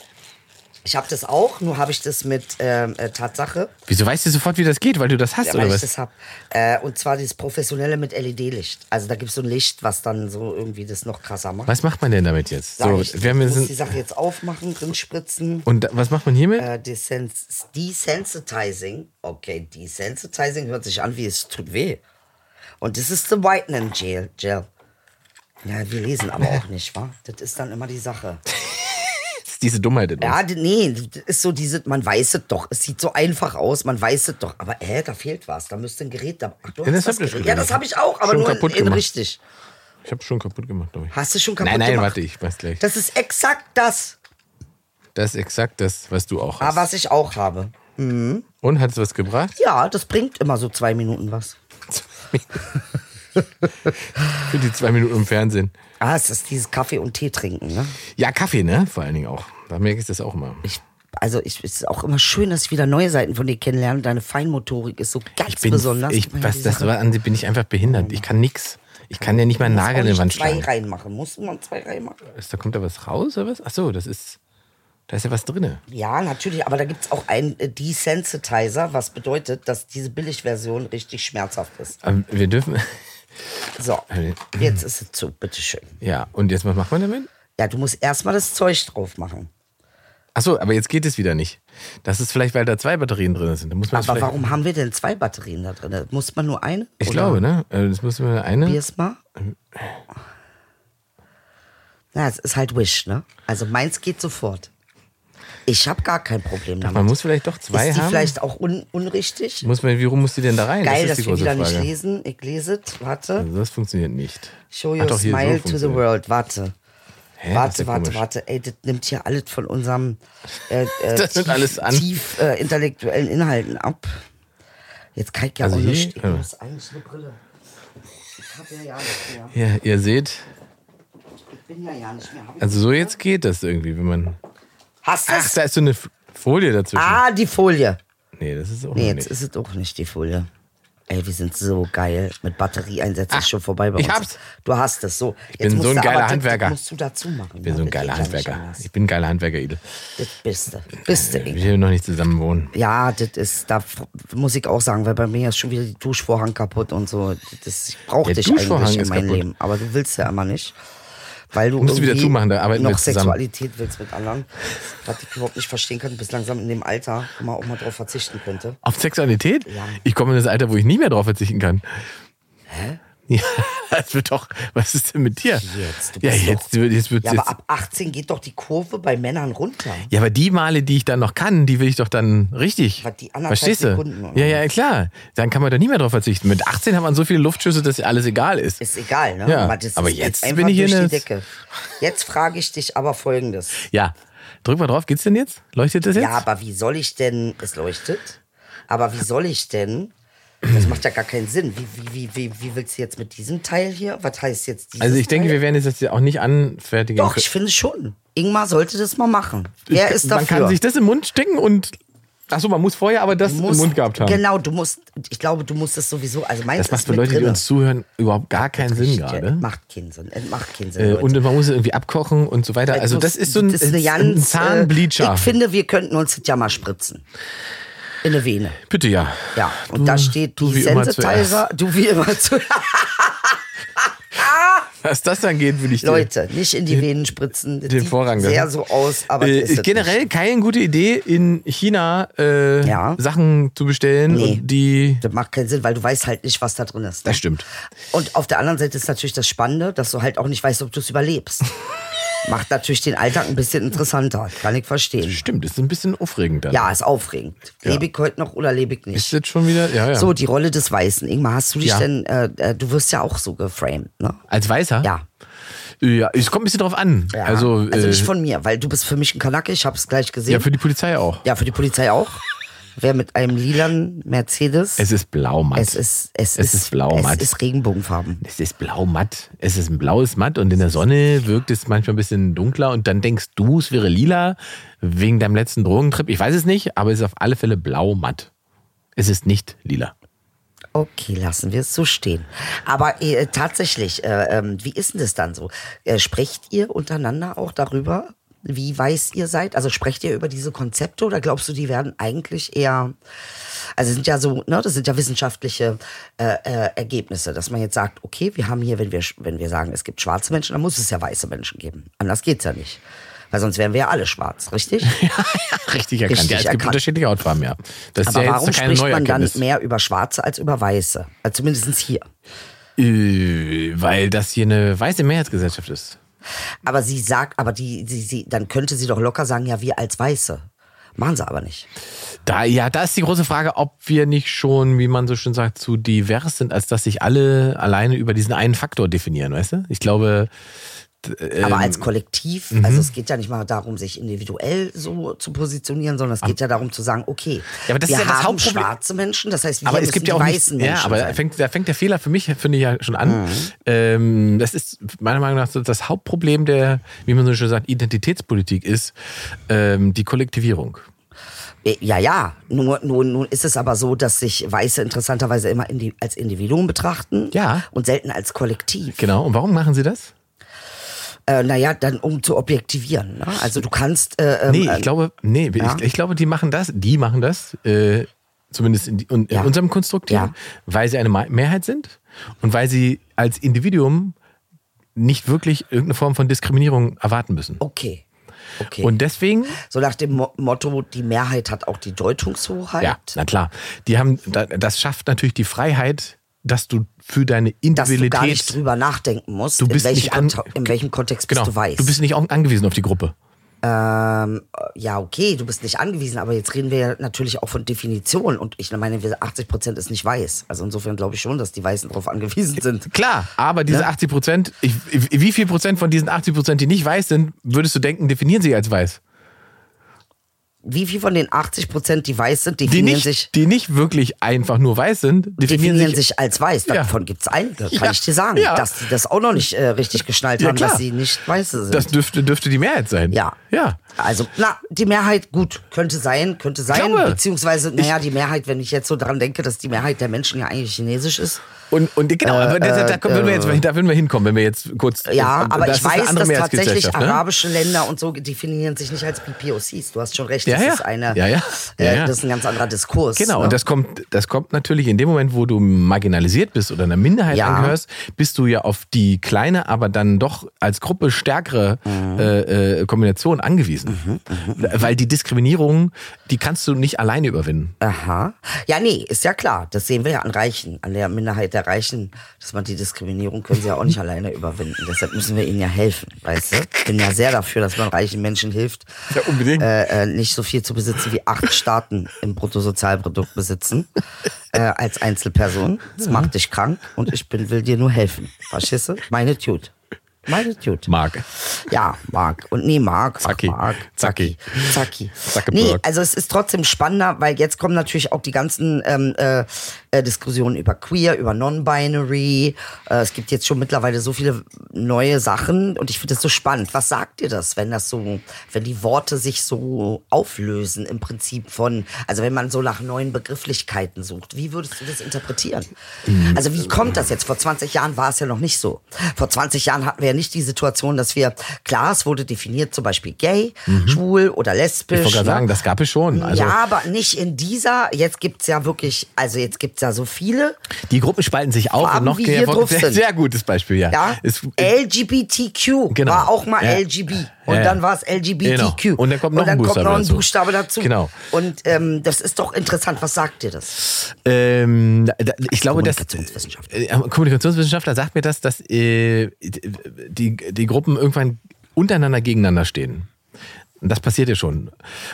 Speaker 4: Ich habe das auch, nur habe ich das mit ähm, äh, Tatsache,
Speaker 5: Wieso weißt du sofort, wie das geht? Weil du das hast,
Speaker 4: weil
Speaker 5: oder
Speaker 4: ich
Speaker 5: was?
Speaker 4: das habe. Äh, und zwar dieses professionelle mit LED-Licht. Also da gibt es so ein Licht, was dann so irgendwie das noch krasser macht.
Speaker 5: Was macht man denn damit jetzt?
Speaker 4: Sag
Speaker 5: So,
Speaker 4: ich,
Speaker 5: wir haben
Speaker 4: muss
Speaker 5: jetzt
Speaker 4: die
Speaker 5: ein,
Speaker 4: Sache jetzt aufmachen, drin spritzen.
Speaker 5: und da- was macht man hiermit?
Speaker 4: Äh, desens desensitizing. Okay, desensitizing hört sich an, wie es tut weh. Und das ist the whitening gel. gel. Ja, wir lesen aber auch nicht, wa? Das ist dann immer die Sache.
Speaker 5: Das ist diese Dummheit in uns.
Speaker 4: Ja, d- nee, das ist so diese, man weiß es doch. Es sieht so einfach aus, man weiß es doch. Aber hä, da fehlt was. Da müsste ein Gerät da. Ach, du
Speaker 5: Ja, das
Speaker 4: hast
Speaker 5: hab ich schon
Speaker 4: Gerät. ja, das
Speaker 5: gemacht.
Speaker 4: habe ich auch, aber
Speaker 5: Schon
Speaker 4: nur
Speaker 5: kaputt
Speaker 4: in, in
Speaker 5: gemacht.
Speaker 4: richtig.
Speaker 5: Ich habe schon kaputt gemacht, glaube ich.
Speaker 4: Hast du schon kaputt
Speaker 5: Nein, nein,
Speaker 4: gemacht?
Speaker 5: warte, ich weiß gleich. Das,
Speaker 4: Das ist exakt das,
Speaker 5: ist exakt das, was du auch hast.
Speaker 4: ah, was ich auch habe.
Speaker 5: und hat es was gebracht?
Speaker 4: Ja, das bringt immer so zwei Minuten was.
Speaker 5: Für die zwei Minuten im Fernsehen.
Speaker 4: Ah, es ist dieses Kaffee und Tee trinken, ne?
Speaker 5: Ja, Kaffee, ne? Vor allen Dingen auch. Da merke ich das auch immer. Ich
Speaker 4: Also ich, es ist auch immer schön, dass ich wieder neue Seiten von dir kennenlerne. Deine Feinmotorik ist so ganz
Speaker 5: bin,
Speaker 4: besonders.
Speaker 5: ich,
Speaker 4: Meine
Speaker 5: was
Speaker 4: die
Speaker 5: das
Speaker 4: Sache-
Speaker 5: war, an bin ich einfach behindert. Ich kann nix. Ich kann ja nicht mal einen
Speaker 4: Muss auch
Speaker 5: Nagel in die
Speaker 4: nicht
Speaker 5: Wand
Speaker 4: zwei
Speaker 5: schlagen.
Speaker 4: reinmachen. Muss man zwei reinmachen?
Speaker 5: Ist, da kommt da was raus oder was? Ach so, das ist. Da ist ja was drin.
Speaker 4: Ja, natürlich. Aber da gibt es auch einen äh, Desensitizer, was bedeutet, dass diese Billigversion richtig schmerzhaft ist.
Speaker 5: Wir dürfen.
Speaker 4: So,
Speaker 5: Äh,
Speaker 4: jetzt ist es zu. Bitteschön.
Speaker 5: Ja, und jetzt was macht man damit?
Speaker 4: Ja, du musst erstmal das Zeug drauf machen.
Speaker 5: Ach so, aber jetzt geht es wieder nicht. Das ist vielleicht, weil da zwei Batterien drin sind. Da muss man das
Speaker 4: Aber
Speaker 5: vielleicht-
Speaker 4: warum haben wir denn zwei Batterien da drin? Muss man nur eine?
Speaker 5: Ich glaube, ne? Äh, Das müssen wir eine.
Speaker 4: Probier's mal. Na, es ist halt Wish, ne? Also meins geht sofort. Ich habe gar kein Problem damit.
Speaker 5: Man muss vielleicht doch zwei
Speaker 4: ist die
Speaker 5: haben.
Speaker 4: vielleicht auch un unrichtig?
Speaker 5: muss man, wie rum muss die denn da rein? das
Speaker 4: Geil,
Speaker 5: ist
Speaker 4: dass
Speaker 5: die
Speaker 4: wir
Speaker 5: große
Speaker 4: wieder
Speaker 5: Frage.
Speaker 4: nicht lesen. Ich lese es. Warte.
Speaker 5: Also das funktioniert nicht.
Speaker 4: Show
Speaker 5: Hat
Speaker 4: your
Speaker 5: doch hier so
Speaker 4: smile to the
Speaker 5: funktioniert.
Speaker 4: world. Warte.
Speaker 5: Hä? Das ist
Speaker 4: warte,
Speaker 5: ja
Speaker 4: warte,
Speaker 5: komisch.
Speaker 4: warte. Ey, das nimmt hier alles von unserem äh, äh,
Speaker 5: Das nimmt
Speaker 4: tief,
Speaker 5: alles an.
Speaker 4: tief äh, intellektuellen Inhalten ab. Jetzt kann ich ja
Speaker 5: Also
Speaker 4: auch
Speaker 5: hier-
Speaker 4: nicht. Ich
Speaker 5: ja.
Speaker 4: muss eigentlich eine Brille. Ich hab ja ja nicht mehr.
Speaker 5: Ja, ihr seht,
Speaker 4: Ich bin ja ja nicht mehr. Hab ich
Speaker 5: also so jetzt geht das irgendwie, wenn man.
Speaker 4: Hast du
Speaker 5: Ach, da ist so eine F- Folie dazwischen.
Speaker 4: Ah, die Folie.
Speaker 5: Nee, das ist auch
Speaker 4: Nee,
Speaker 5: noch nicht.
Speaker 4: jetzt ist es auch nicht die Folie. Ey, wir sind so geil. Mit Batterieeinsatz
Speaker 5: Ach,
Speaker 4: ist schon vorbei bei uns.
Speaker 5: ich hab's.
Speaker 4: Du hast es so. Ich
Speaker 5: bin so ein geiler Handwerker.
Speaker 4: Das musst du dazu machen.
Speaker 5: Ich bin so ein geiler Handwerker. Ich bin ein geiler Handwerker, Idel.
Speaker 4: Das bist du. Bist du,
Speaker 5: Wir
Speaker 4: Inge.
Speaker 5: hier noch nicht zusammen wohnen.
Speaker 4: Ja, das ist, da f- muss ich auch sagen, weil bei mir ist schon wieder die Duschvorhang kaputt und so. Das, ich brauche
Speaker 5: Der
Speaker 4: dich
Speaker 5: Duschvorhang
Speaker 4: eigentlich in
Speaker 5: ist
Speaker 4: meinem
Speaker 5: kaputt.
Speaker 4: Leben. Aber du willst ja immer nicht. Weil du
Speaker 5: Musst du wieder
Speaker 4: irgendwie
Speaker 5: zumachen, da arbeiten wir
Speaker 4: noch
Speaker 5: zusammen.
Speaker 4: Sexualität willst mit anderen. Was ich überhaupt nicht verstehen kann, du bist langsam in dem Alter, wo man auch mal drauf verzichten könnte.
Speaker 5: Auf Sexualität?
Speaker 4: Ja.
Speaker 5: Ich komme in das Alter, wo ich nie mehr drauf verzichten kann. Hä? Ja, das wird doch. Was ist denn mit dir?
Speaker 4: Jetzt, du
Speaker 5: ja,
Speaker 4: bist
Speaker 5: jetzt wird jetzt wird
Speaker 4: Ja,
Speaker 5: jetzt.
Speaker 4: aber ab 18 geht doch die Kurve bei Männern runter.
Speaker 5: ja, aber die Male, die ich dann noch kann, die will ich doch dann richtig.
Speaker 4: Was, die anderthalb
Speaker 5: Verstehst du?
Speaker 4: Sekunden oder
Speaker 5: ja, ja, klar. Dann kann man doch nie mehr drauf verzichten. Mit 18 hat man so viele Luftschüsse, dass alles egal ist.
Speaker 4: Ist egal, ne?
Speaker 5: Ja,
Speaker 4: das
Speaker 5: aber
Speaker 4: ist- geht
Speaker 5: jetzt
Speaker 4: einfach
Speaker 5: bin ich
Speaker 4: durch
Speaker 5: in
Speaker 4: die
Speaker 5: das-
Speaker 4: Decke. Jetzt frage ich dich aber folgendes.
Speaker 5: ja. Drück mal drauf. Geht's denn jetzt? Leuchtet das jetzt?
Speaker 4: Ja, aber wie soll ich denn, es leuchtet, aber wie soll ich denn Das macht ja gar keinen Sinn. Wie, wie, wie, wie, wie willst du jetzt mit diesem Teil hier? Was heißt jetzt dieses
Speaker 5: Also ich denke,
Speaker 4: Teil?
Speaker 5: wir werden jetzt das hier auch nicht anfertigen.
Speaker 4: Doch,
Speaker 5: können.
Speaker 4: ich finde schon. Ingmar sollte das mal machen. Wer ist dafür?
Speaker 5: Man kann sich das im Mund stecken und. Achso, man muss vorher aber das
Speaker 4: Du musst-
Speaker 5: im Mund gehabt haben.
Speaker 4: Genau, du musst, ich glaube, du musst das sowieso, also meins
Speaker 5: Das macht
Speaker 4: ist
Speaker 5: für
Speaker 4: mit
Speaker 5: Leute, die
Speaker 4: drinne.
Speaker 5: uns zuhören, überhaupt gar keinen Sinn
Speaker 4: Richtig,
Speaker 5: gerade.
Speaker 4: ja, Macht keinen Sinn, äh, macht keinen Sinn.
Speaker 5: Äh,
Speaker 4: Leute.
Speaker 5: Und man muss es irgendwie abkochen und so weiter. Also das ist so ein,
Speaker 4: das ist eine
Speaker 5: ein
Speaker 4: ganz,
Speaker 5: Zahnbleacher.
Speaker 4: Äh, ich finde, wir könnten uns das ja mal spritzen. In eine Vene.
Speaker 5: Bitte ja.
Speaker 4: Ja, und da steht
Speaker 5: du
Speaker 4: die
Speaker 5: wie immer
Speaker 4: Sensitizer, du wie immer zu.
Speaker 5: Was das dann geht, will ich dir-
Speaker 4: Leute, nicht in die Venen spritzen. Das
Speaker 5: den
Speaker 4: sieht
Speaker 5: Vorrang
Speaker 4: sehr
Speaker 5: lassen.
Speaker 4: so aus, aber
Speaker 5: Äh,
Speaker 4: das ist
Speaker 5: ist
Speaker 4: das
Speaker 5: generell keine gute Idee, in China äh,
Speaker 4: Ja.
Speaker 5: Sachen zu bestellen
Speaker 4: Nee.
Speaker 5: und die.
Speaker 4: Das macht keinen Sinn, weil du weißt halt nicht, was da drin ist.
Speaker 5: Das stimmt.
Speaker 4: Und auf der anderen Seite ist natürlich das Spannende, dass du halt auch nicht weißt, ob du es überlebst. macht natürlich den Alltag ein bisschen interessanter. Kann ich verstehen.
Speaker 5: Stimmt, ist ein bisschen aufregend dann.
Speaker 4: Ja, ist aufregend. Lebe ich heute noch oder lebe ich nicht?
Speaker 5: Ist jetzt schon wieder. Ja, ja.
Speaker 4: So, die Rolle des Weißen. Ingmar, hast du dich
Speaker 5: Ja.
Speaker 4: denn, äh, äh, du wirst ja auch so geframed, ne?
Speaker 5: Als Weißer? Äh,
Speaker 4: Ja.
Speaker 5: Ja, es kommt ein bisschen drauf an.
Speaker 4: ja.
Speaker 5: Also,
Speaker 4: also nicht
Speaker 5: äh,
Speaker 4: von mir, weil du bist für mich ein Kanacke, ich hab's gleich gesehen.
Speaker 5: ja, für die Polizei auch.
Speaker 4: Ja, für die Polizei auch. Wer mit einem lilan Mercedes.
Speaker 5: Es ist blau, Matt.
Speaker 4: es ist, es,
Speaker 5: es ist blau,
Speaker 4: es
Speaker 5: Matt.
Speaker 4: ist Regenbogenfarben.
Speaker 5: Es ist blau matt. Es ist ein blaues Matt und in der Sonne wirkt es manchmal ein bisschen dunkler und dann denkst du, es wäre lila wegen deinem letzten Drogentrip. Ich weiß es nicht, aber es ist auf alle Fälle blau matt. Es ist nicht lila.
Speaker 4: Okay, lassen wir es so stehen. Aber äh, tatsächlich, äh, ähm, wie ist denn das dann so? Äh, sprecht ihr untereinander auch darüber, wie weiß ihr seid? Also sprecht ihr über diese Konzepte oder glaubst du, die werden eigentlich eher, also es sind ja so, ne, das sind ja wissenschaftliche äh, äh, Ergebnisse, dass man jetzt sagt, okay, wir haben hier, wenn wir, sch- wenn wir sagen, es gibt schwarze Menschen, dann muss es ja weiße Menschen geben. Anders geht's ja nicht. Weil sonst wären wir ja alle schwarz, richtig?
Speaker 5: Richtig erkannt.
Speaker 4: Richtig
Speaker 5: ja, es gibt
Speaker 4: erkannt.
Speaker 5: unterschiedliche Hautfarben, ja. Das ist
Speaker 4: Aber
Speaker 5: ja jetzt
Speaker 4: warum
Speaker 5: keine
Speaker 4: spricht
Speaker 5: neue
Speaker 4: man dann
Speaker 5: Erkenntnis.
Speaker 4: mehr über Schwarze als über Weiße? Also zumindest hier.
Speaker 5: Äh, weil das hier eine weiße Mehrheitsgesellschaft ist.
Speaker 4: Aber sie sagt, aber die, sie, sie, dann könnte sie doch locker sagen, ja, wir als Weiße. Machen sie aber nicht.
Speaker 5: Da, ja, da ist die große Frage, ob wir nicht schon, wie man so schön sagt, zu divers sind, als dass sich alle alleine über diesen einen Faktor definieren, weißt du? Ich glaube, Ähm,
Speaker 4: aber als Kollektiv,
Speaker 5: mhm.
Speaker 4: also es geht ja nicht mal darum, sich individuell so zu positionieren, sondern es geht ja darum zu sagen, okay,
Speaker 5: Ja, aber das
Speaker 4: wir
Speaker 5: ist ja das
Speaker 4: haben
Speaker 5: Hauptproblem.
Speaker 4: schwarze Menschen, das heißt, wir
Speaker 5: aber
Speaker 4: müssen
Speaker 5: es gibt ja auch
Speaker 4: die
Speaker 5: nicht-
Speaker 4: weißen Menschen
Speaker 5: Ja, aber da
Speaker 4: sein. Mhm.
Speaker 5: fängt, da fängt der Fehler für mich, finde ich ja schon an. Ähm, das ist meiner Meinung nach so das Hauptproblem der, wie man so schön sagt, Identitätspolitik ist ähm, die Kollektivierung.
Speaker 4: Äh, Ja, ja. Nur, nur, nun ist es aber so, dass sich Weiße interessanterweise immer indi als Individuum betrachten
Speaker 5: Ja.
Speaker 4: und selten als Kollektiv.
Speaker 5: Genau. Und warum machen sie das?
Speaker 4: Äh, naja, dann um zu objektivieren. Ne? Also du kannst äh, ähm,
Speaker 5: Nee, ich glaube, nee, ich, ich glaube, die machen das, die machen das, äh, zumindest in, die, in
Speaker 4: Ja.
Speaker 5: unserem Konstruktiv,
Speaker 4: Ja.
Speaker 5: weil sie eine Ma- Mehrheit sind und weil sie als Individuum nicht wirklich irgendeine Form von Diskriminierung erwarten müssen.
Speaker 4: okay. Okay.
Speaker 5: Und deswegen
Speaker 4: So nach dem Mo Motto, die Mehrheit hat auch die Deutungshoheit.
Speaker 5: Ja, na klar. Die haben, da- das schafft natürlich die Freiheit, dass du für deine
Speaker 4: dass du gar
Speaker 5: Individualität.
Speaker 4: nicht drüber nachdenken musst,
Speaker 5: Du bist
Speaker 4: in, welchem
Speaker 5: nicht an-
Speaker 4: Konta- in welchem Kontext
Speaker 5: genau,
Speaker 4: bist du weiß.
Speaker 5: bist nicht auch angewiesen auf die Gruppe.
Speaker 4: ja, okay, du bist nicht angewiesen, aber jetzt reden wir ja natürlich auch von Definition. Und ich meine, wir- 80 Prozent ist nicht weiß. Also insofern glaube ich schon, dass die Weißen darauf angewiesen sind.
Speaker 5: Klar, aber
Speaker 4: Ne?
Speaker 5: diese 80 Prozent, ich, wie viel Prozent von diesen 80 Prozent, die nicht weiß sind, würdest du denken, definieren sie als weiß?
Speaker 4: Wie viel von den 80 Prozent, die weiß sind,
Speaker 5: Die
Speaker 4: definieren
Speaker 5: nicht,
Speaker 4: sich,
Speaker 5: die nicht wirklich einfach nur weiß sind, definieren,
Speaker 4: definieren
Speaker 5: sich.
Speaker 4: sich als weiß?
Speaker 5: Ja.
Speaker 4: Davon gibt's einige, kann
Speaker 5: Ja,
Speaker 4: ich dir sagen,
Speaker 5: ja.
Speaker 4: dass die das auch noch nicht äh, richtig geschnallt
Speaker 5: Ja,
Speaker 4: haben,
Speaker 5: klar.
Speaker 4: dass sie nicht weiße sind.
Speaker 5: Das dürfte, dürfte die Mehrheit sein.
Speaker 4: Ja.
Speaker 5: Ja.
Speaker 4: Also, na, die Mehrheit, gut, könnte sein, könnte sein.
Speaker 5: Glaube.
Speaker 4: Beziehungsweise, naja, die Mehrheit, wenn ich jetzt so dran denke, dass die Mehrheit der Menschen ja eigentlich chinesisch ist.
Speaker 5: Und, und genau, aber da, da, kommen- würden wir jetzt, da würden wir hinkommen, wenn wir jetzt kurz.
Speaker 4: Äh, Ja,
Speaker 5: und
Speaker 4: aber
Speaker 5: das
Speaker 4: ich
Speaker 5: ist eine
Speaker 4: weiß,
Speaker 5: andere
Speaker 4: dass tatsächlich
Speaker 5: Mehrheitsgesellschaft, ne?
Speaker 4: arabische Länder und so definieren sich nicht als BPOCs. Du hast schon recht,
Speaker 5: Ja,
Speaker 4: das
Speaker 5: ja.
Speaker 4: ist eine,
Speaker 5: Ja, ja.
Speaker 4: Äh,
Speaker 5: Ja, ja.
Speaker 4: das ist ein ganz anderer Diskurs.
Speaker 5: Genau,
Speaker 4: ne?
Speaker 5: und das kommt, das kommt natürlich in dem Moment, wo du marginalisiert bist oder einer Minderheit
Speaker 4: Ja.
Speaker 5: angehörst, bist du ja auf die kleine, aber dann doch als Gruppe stärkere
Speaker 4: Mhm.
Speaker 5: äh, äh, Kombination angewiesen. Weil die Diskriminierung, die kannst du nicht alleine überwinden.
Speaker 4: Aha. Ja, nee, ist ja klar. Das sehen wir ja an Reichen, an der Minderheit der Reichen, dass man die Diskriminierung können sie ja auch nicht alleine überwinden. Deshalb müssen wir ihnen ja helfen, weißt du? Ich bin ja sehr dafür, dass man reichen Menschen hilft.
Speaker 5: Ja, unbedingt.
Speaker 4: Äh, äh, nicht so viel zu besitzen wie acht Staaten im Bruttosozialprodukt besitzen äh, als Einzelperson. Das macht dich krank und ich bin will dir nur helfen. Verstehst du? Meine Tut. Meine Dude.
Speaker 5: Marc.
Speaker 4: Ja, Marc. Und nee, Marc. Ach,
Speaker 5: Zacki.
Speaker 4: Marc.
Speaker 5: Zacki.
Speaker 4: Zacki.
Speaker 5: Zackeberg.
Speaker 4: Nee, also es ist trotzdem spannender, weil jetzt kommen natürlich auch die ganzen ähm, äh, äh, Diskussionen über Queer, über Non-Binary. Äh, es gibt jetzt schon mittlerweile so viele neue Sachen und ich finde das so spannend. Was sagt ihr das, wenn das so, wenn die Worte sich so auflösen im Prinzip von, also wenn man so nach neuen Begrifflichkeiten sucht, wie würdest du das interpretieren?
Speaker 5: Mhm.
Speaker 4: Also wie kommt das jetzt? Vor 20 Jahren war es ja noch nicht so. Vor 20 Jahren hatten wir ja nicht die Situation, dass wir, klar, es wurde definiert zum Beispiel gay, schwul oder
Speaker 5: Mhm.
Speaker 4: lesbisch.
Speaker 5: Ich wollte gerade
Speaker 4: ne?
Speaker 5: sagen, das gab es schon. Also
Speaker 4: ja, aber nicht in dieser. Jetzt gibt's ja wirklich, also jetzt gibt's ja so viele.
Speaker 5: die Gruppen spalten sich auf
Speaker 4: Vor
Speaker 5: und
Speaker 4: allem,
Speaker 5: noch
Speaker 4: wie wir drauf
Speaker 5: sehr,
Speaker 4: sind.
Speaker 5: sehr gutes Beispiel, ja.
Speaker 4: Ja,
Speaker 5: Ist,
Speaker 4: LGBTQ
Speaker 5: Genau.
Speaker 4: war auch mal
Speaker 5: Ja.
Speaker 4: LGB und
Speaker 5: Ja.
Speaker 4: dann war es LGBTQ
Speaker 5: Genau. Und dann kommt noch ein Buchstabe
Speaker 4: noch ein
Speaker 5: dazu.
Speaker 4: Buchstabe dazu.
Speaker 5: Genau.
Speaker 4: Und ähm, das ist doch interessant. Was sagt dir das?
Speaker 5: ähm, da- da, ich glaube, dass
Speaker 4: Kommunikationswissenschaftler.
Speaker 5: äh, Kommunikationswissenschaftler sagt mir das, dass äh, die, die Gruppen irgendwann untereinander gegeneinander stehen. Und Das passiert ja schon.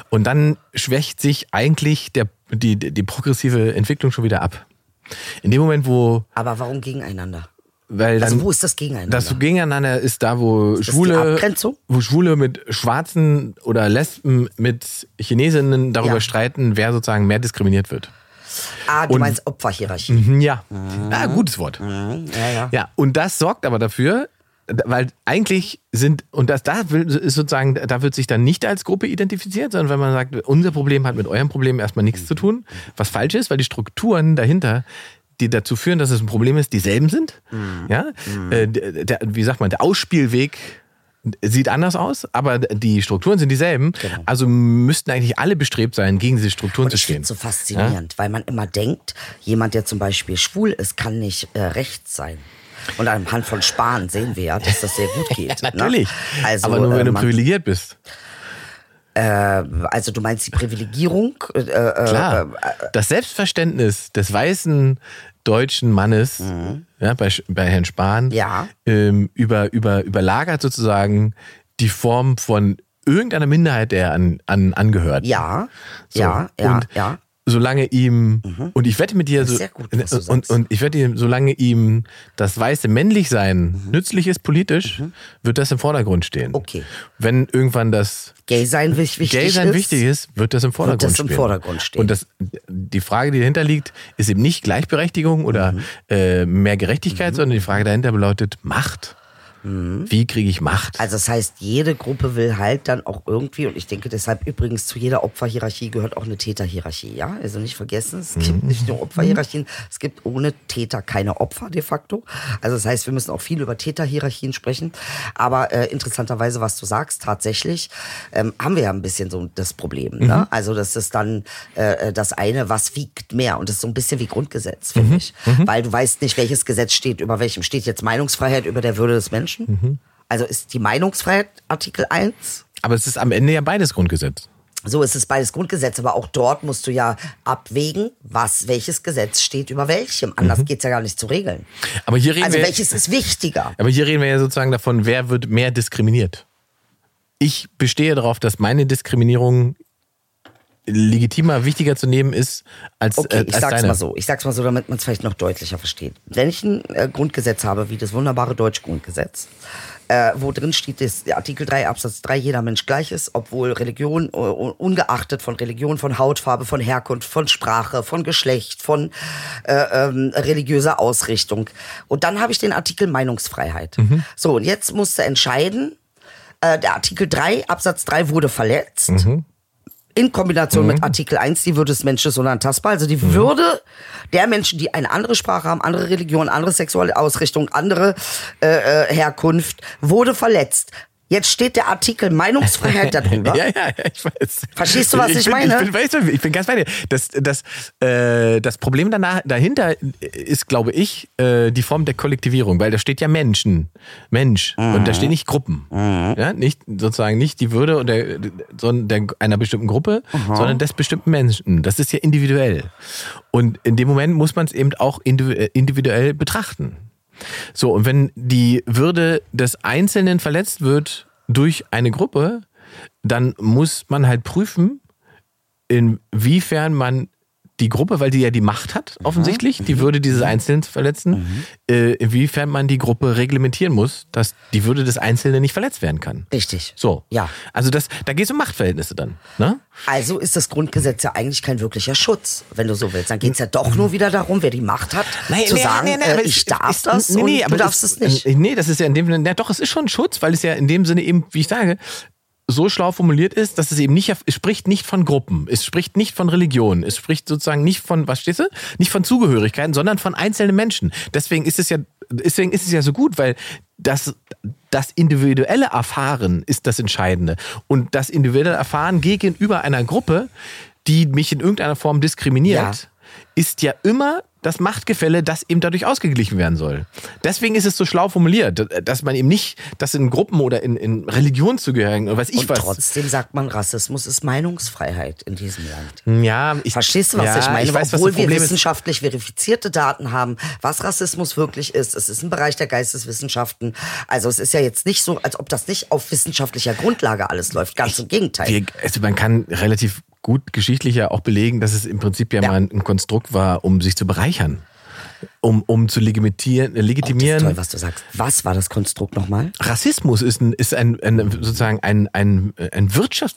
Speaker 5: Und dann schwächt sich eigentlich der, die, die progressive Entwicklung schon wieder ab. In dem Moment, wo
Speaker 4: Aber warum gegeneinander?
Speaker 5: Weil dann,
Speaker 4: Also wo ist das Gegeneinander?
Speaker 5: Das Gegeneinander ist da, wo
Speaker 4: die
Speaker 5: Schwule,
Speaker 4: Abgrenzung?
Speaker 5: wo Schwule mit Schwarzen oder Lesben mit Chinesinnen darüber
Speaker 4: Ja.
Speaker 5: streiten, wer sozusagen mehr diskriminiert wird.
Speaker 4: Ah, du
Speaker 5: Und-
Speaker 4: meinst Opferhierarchie.
Speaker 5: Hm, Ja, ah, gutes Wort.
Speaker 4: Ja, ja.
Speaker 5: Ja, und das sorgt aber dafür, d- weil eigentlich sind, und das da will- ist sozusagen, da wird sich dann nicht als Gruppe identifiziert, sondern wenn man sagt, unser Problem hat mit eurem Problem erstmal nichts zu tun, was falsch ist, weil die Strukturen dahinter die dazu führen, dass es ein Problem ist, dieselben sind.
Speaker 4: Mhm.
Speaker 5: Ja, Äh, d- der, wie sagt man, der Ausspielweg sieht anders aus, aber die Strukturen sind dieselben.
Speaker 4: Genau.
Speaker 5: Also müssten eigentlich alle bestrebt sein, gegen diese Strukturen zu
Speaker 4: Ich
Speaker 5: stehen.
Speaker 4: finde so faszinierend, weil man immer denkt, jemand, der zum Beispiel schwul ist, kann nicht äh, rechts sein. Und anhand von Spahn sehen wir ja, dass das sehr gut geht.
Speaker 5: Ja, natürlich.
Speaker 4: Ne? Also,
Speaker 5: aber nur wenn
Speaker 4: äh,
Speaker 5: du
Speaker 4: man-
Speaker 5: privilegiert bist.
Speaker 4: also du meinst die Privilegierung? Äh, äh,
Speaker 5: Klar, das Selbstverständnis des weißen deutschen Mannes ja, bei, Sch- bei Herrn Spahn
Speaker 4: Mhm. Ja.
Speaker 5: ähm, über, über, überlagert sozusagen die Form von irgendeiner Minderheit, der er an, an, angehört.
Speaker 4: Ja,
Speaker 5: So,
Speaker 4: ja, ja,
Speaker 5: und
Speaker 4: ja. Mhm.
Speaker 5: Solange ihm, und ich wette mit dir, so,
Speaker 4: Sehr gut, was du
Speaker 5: und,
Speaker 4: sagst.
Speaker 5: und ich wette, solange ihm das weiße Männlichsein nützlich ist politisch, wird das im Vordergrund stehen.
Speaker 4: Mhm. Okay.
Speaker 5: Wenn irgendwann das
Speaker 4: Gay sein wich- wichtig
Speaker 5: Gay sein
Speaker 4: ist.
Speaker 5: wichtig ist, wird das im Vordergrund
Speaker 4: das im
Speaker 5: stehen.
Speaker 4: Vordergrund stehen.
Speaker 5: Und das, die Frage, die dahinter liegt, ist eben nicht Gleichberechtigung oder
Speaker 4: Mhm.
Speaker 5: äh, mehr Gerechtigkeit, sondern die Frage dahinter bedeutet Macht. Wie kriege ich Macht?
Speaker 4: Mhm. Also das heißt, jede Gruppe will halt dann auch irgendwie, und ich denke deshalb übrigens zu jeder Opferhierarchie gehört auch eine Täterhierarchie, ja? Also nicht vergessen, es gibt nicht nur Opferhierarchien, es gibt ohne Täter keine Opfer de facto. Also das heißt, wir müssen auch viel über Täterhierarchien sprechen. Aber äh, interessanterweise, was du sagst, tatsächlich ähm, haben wir ja ein bisschen so das Problem. Ne? Also das ist dann äh, das eine, was wiegt mehr. Und das ist so ein bisschen wie Grundgesetz, finde ich. Weil du weißt nicht, welches Gesetz steht über welchem. Steht jetzt Meinungsfreiheit über der Würde des Menschen? Also ist die Meinungsfreiheit Artikel 1.
Speaker 5: Aber es ist am Ende ja beides Grundgesetz.
Speaker 4: So ist es beides Grundgesetz, aber auch dort musst du ja abwägen, was welches Gesetz steht über welchem. Anders geht's ja gar nicht zu regeln.
Speaker 5: Aber hier reden
Speaker 4: Also
Speaker 5: wir,
Speaker 4: welches ist wichtiger?
Speaker 5: aber hier reden wir ja sozusagen davon, wer wird mehr diskriminiert. Ich bestehe darauf, dass meine Diskriminierung legitimer, wichtiger zu nehmen ist als,
Speaker 4: Okay,
Speaker 5: äh,
Speaker 4: ich
Speaker 5: als
Speaker 4: sag's
Speaker 5: deine.
Speaker 4: mal so. Ich sag's mal so, damit man es vielleicht noch deutlicher versteht. Wenn ich ein äh, Grundgesetz habe, wie das wunderbare Deutschgrundgesetz, äh, wo drin steht, dass der Artikel 3 Absatz 3 jeder Mensch gleich ist, obwohl Religion, äh, ungeachtet von Religion, von Hautfarbe, von Herkunft, von Sprache, von Geschlecht, von äh, ähm, religiöser Ausrichtung. Und dann habe ich den Artikel Meinungsfreiheit.
Speaker 5: Mhm.
Speaker 4: So, und jetzt musste entscheiden, äh, der Artikel 3 Absatz 3 wurde
Speaker 5: Mhm.
Speaker 4: verletzt in Kombination mit Artikel 1, die Würde des Menschen ist unantastbar. Also die
Speaker 5: Mhm.
Speaker 4: Würde der Menschen, die eine andere Sprache haben, andere Religion, andere sexuelle Ausrichtung, andere äh, äh, Herkunft, wurde verletzt. Jetzt steht der Artikel Meinungsfreiheit darüber.
Speaker 5: Ja, ja, ja, ich weiß.
Speaker 4: Verstehst du, was ich
Speaker 5: bin,
Speaker 4: meine?
Speaker 5: Ich bin, weißt du, ich bin ganz bei dir. Das, das, äh, das Problem danach, dahinter ist, glaube ich, äh, die Form der Kollektivierung, weil da steht ja Menschen, Mensch,
Speaker 4: Mhm.
Speaker 5: und da stehen nicht Gruppen. Ja, nicht sozusagen nicht die Würde und der, sondern der, einer bestimmten Gruppe,
Speaker 4: Mhm.
Speaker 5: sondern des bestimmten Menschen. Das ist ja individuell. Und in dem Moment muss man es eben auch individu- individuell betrachten. So, und wenn die Würde des Einzelnen verletzt wird durch eine Gruppe, dann muss man halt prüfen, inwiefern man die Gruppe, weil die ja die Macht hat, offensichtlich, die Würde dieses Einzelnen zu verletzen, äh, inwiefern man die Gruppe reglementieren muss, dass die Würde des Einzelnen nicht verletzt werden kann.
Speaker 4: Richtig.
Speaker 5: So.
Speaker 4: Ja.
Speaker 5: Also das, da geht es um Machtverhältnisse dann. Ne?
Speaker 4: Also ist das Grundgesetz ja eigentlich kein wirklicher Schutz, wenn du so willst. Dann geht es ja doch nur wieder darum, wer die Macht hat, zu sagen,
Speaker 5: aber
Speaker 4: äh, ich
Speaker 5: es-
Speaker 4: darf
Speaker 5: es-
Speaker 4: das
Speaker 5: nee,
Speaker 4: und
Speaker 5: nee,
Speaker 4: du
Speaker 5: aber
Speaker 4: darfst es nicht.
Speaker 5: äh, Nee, das ist ja in dem Sinne, na doch, es ist schon Schutz, weil es ja in dem Sinne eben, wie ich sage, so schlau formuliert ist, dass es eben nicht, es spricht nicht von Gruppen, es spricht nicht von Religion, es spricht sozusagen nicht von, was stehst du? Nicht von Zugehörigkeiten, sondern von einzelnen Menschen. Deswegen ist es ja, deswegen ist es ja so gut, weil das, das individuelle Erfahren ist das Entscheidende. Und das individuelle Erfahren gegenüber einer Gruppe, die mich in irgendeiner Form diskriminiert,
Speaker 4: Ja.
Speaker 5: ist ja immer das Machtgefälle, das eben dadurch ausgeglichen werden soll. Deswegen ist es so schlau formuliert, dass man eben nicht, dass in Gruppen oder in, in Religionen zugehören oder weiß ich
Speaker 4: Und
Speaker 5: was.
Speaker 4: trotzdem sagt man, Rassismus ist Meinungsfreiheit in diesem Land.
Speaker 5: ja, ich,
Speaker 4: Verstehst du, was
Speaker 5: ja,
Speaker 4: ich meine?
Speaker 5: Ich weiß,
Speaker 4: Obwohl
Speaker 5: was das
Speaker 4: wir
Speaker 5: Problem ist.
Speaker 4: wissenschaftlich verifizierte Daten haben, was Rassismus wirklich ist. Es ist ein Bereich der Geisteswissenschaften. Also es ist ja jetzt nicht so, als ob das nicht auf wissenschaftlicher Grundlage alles läuft. Ganz im Gegenteil.
Speaker 5: Wir, also man kann relativ gut geschichtlich ja auch belegen, dass es im Prinzip ja,
Speaker 4: Ja.
Speaker 5: mal ein Konstrukt war, um sich zu bereichern. Um, um zu legitimieren,
Speaker 4: Oh, das ist
Speaker 5: legitimieren
Speaker 4: toll, was du sagst. Was war das Konstrukt nochmal?
Speaker 5: Rassismus ist, ein, ist ein, ein, sozusagen ein, ein, ein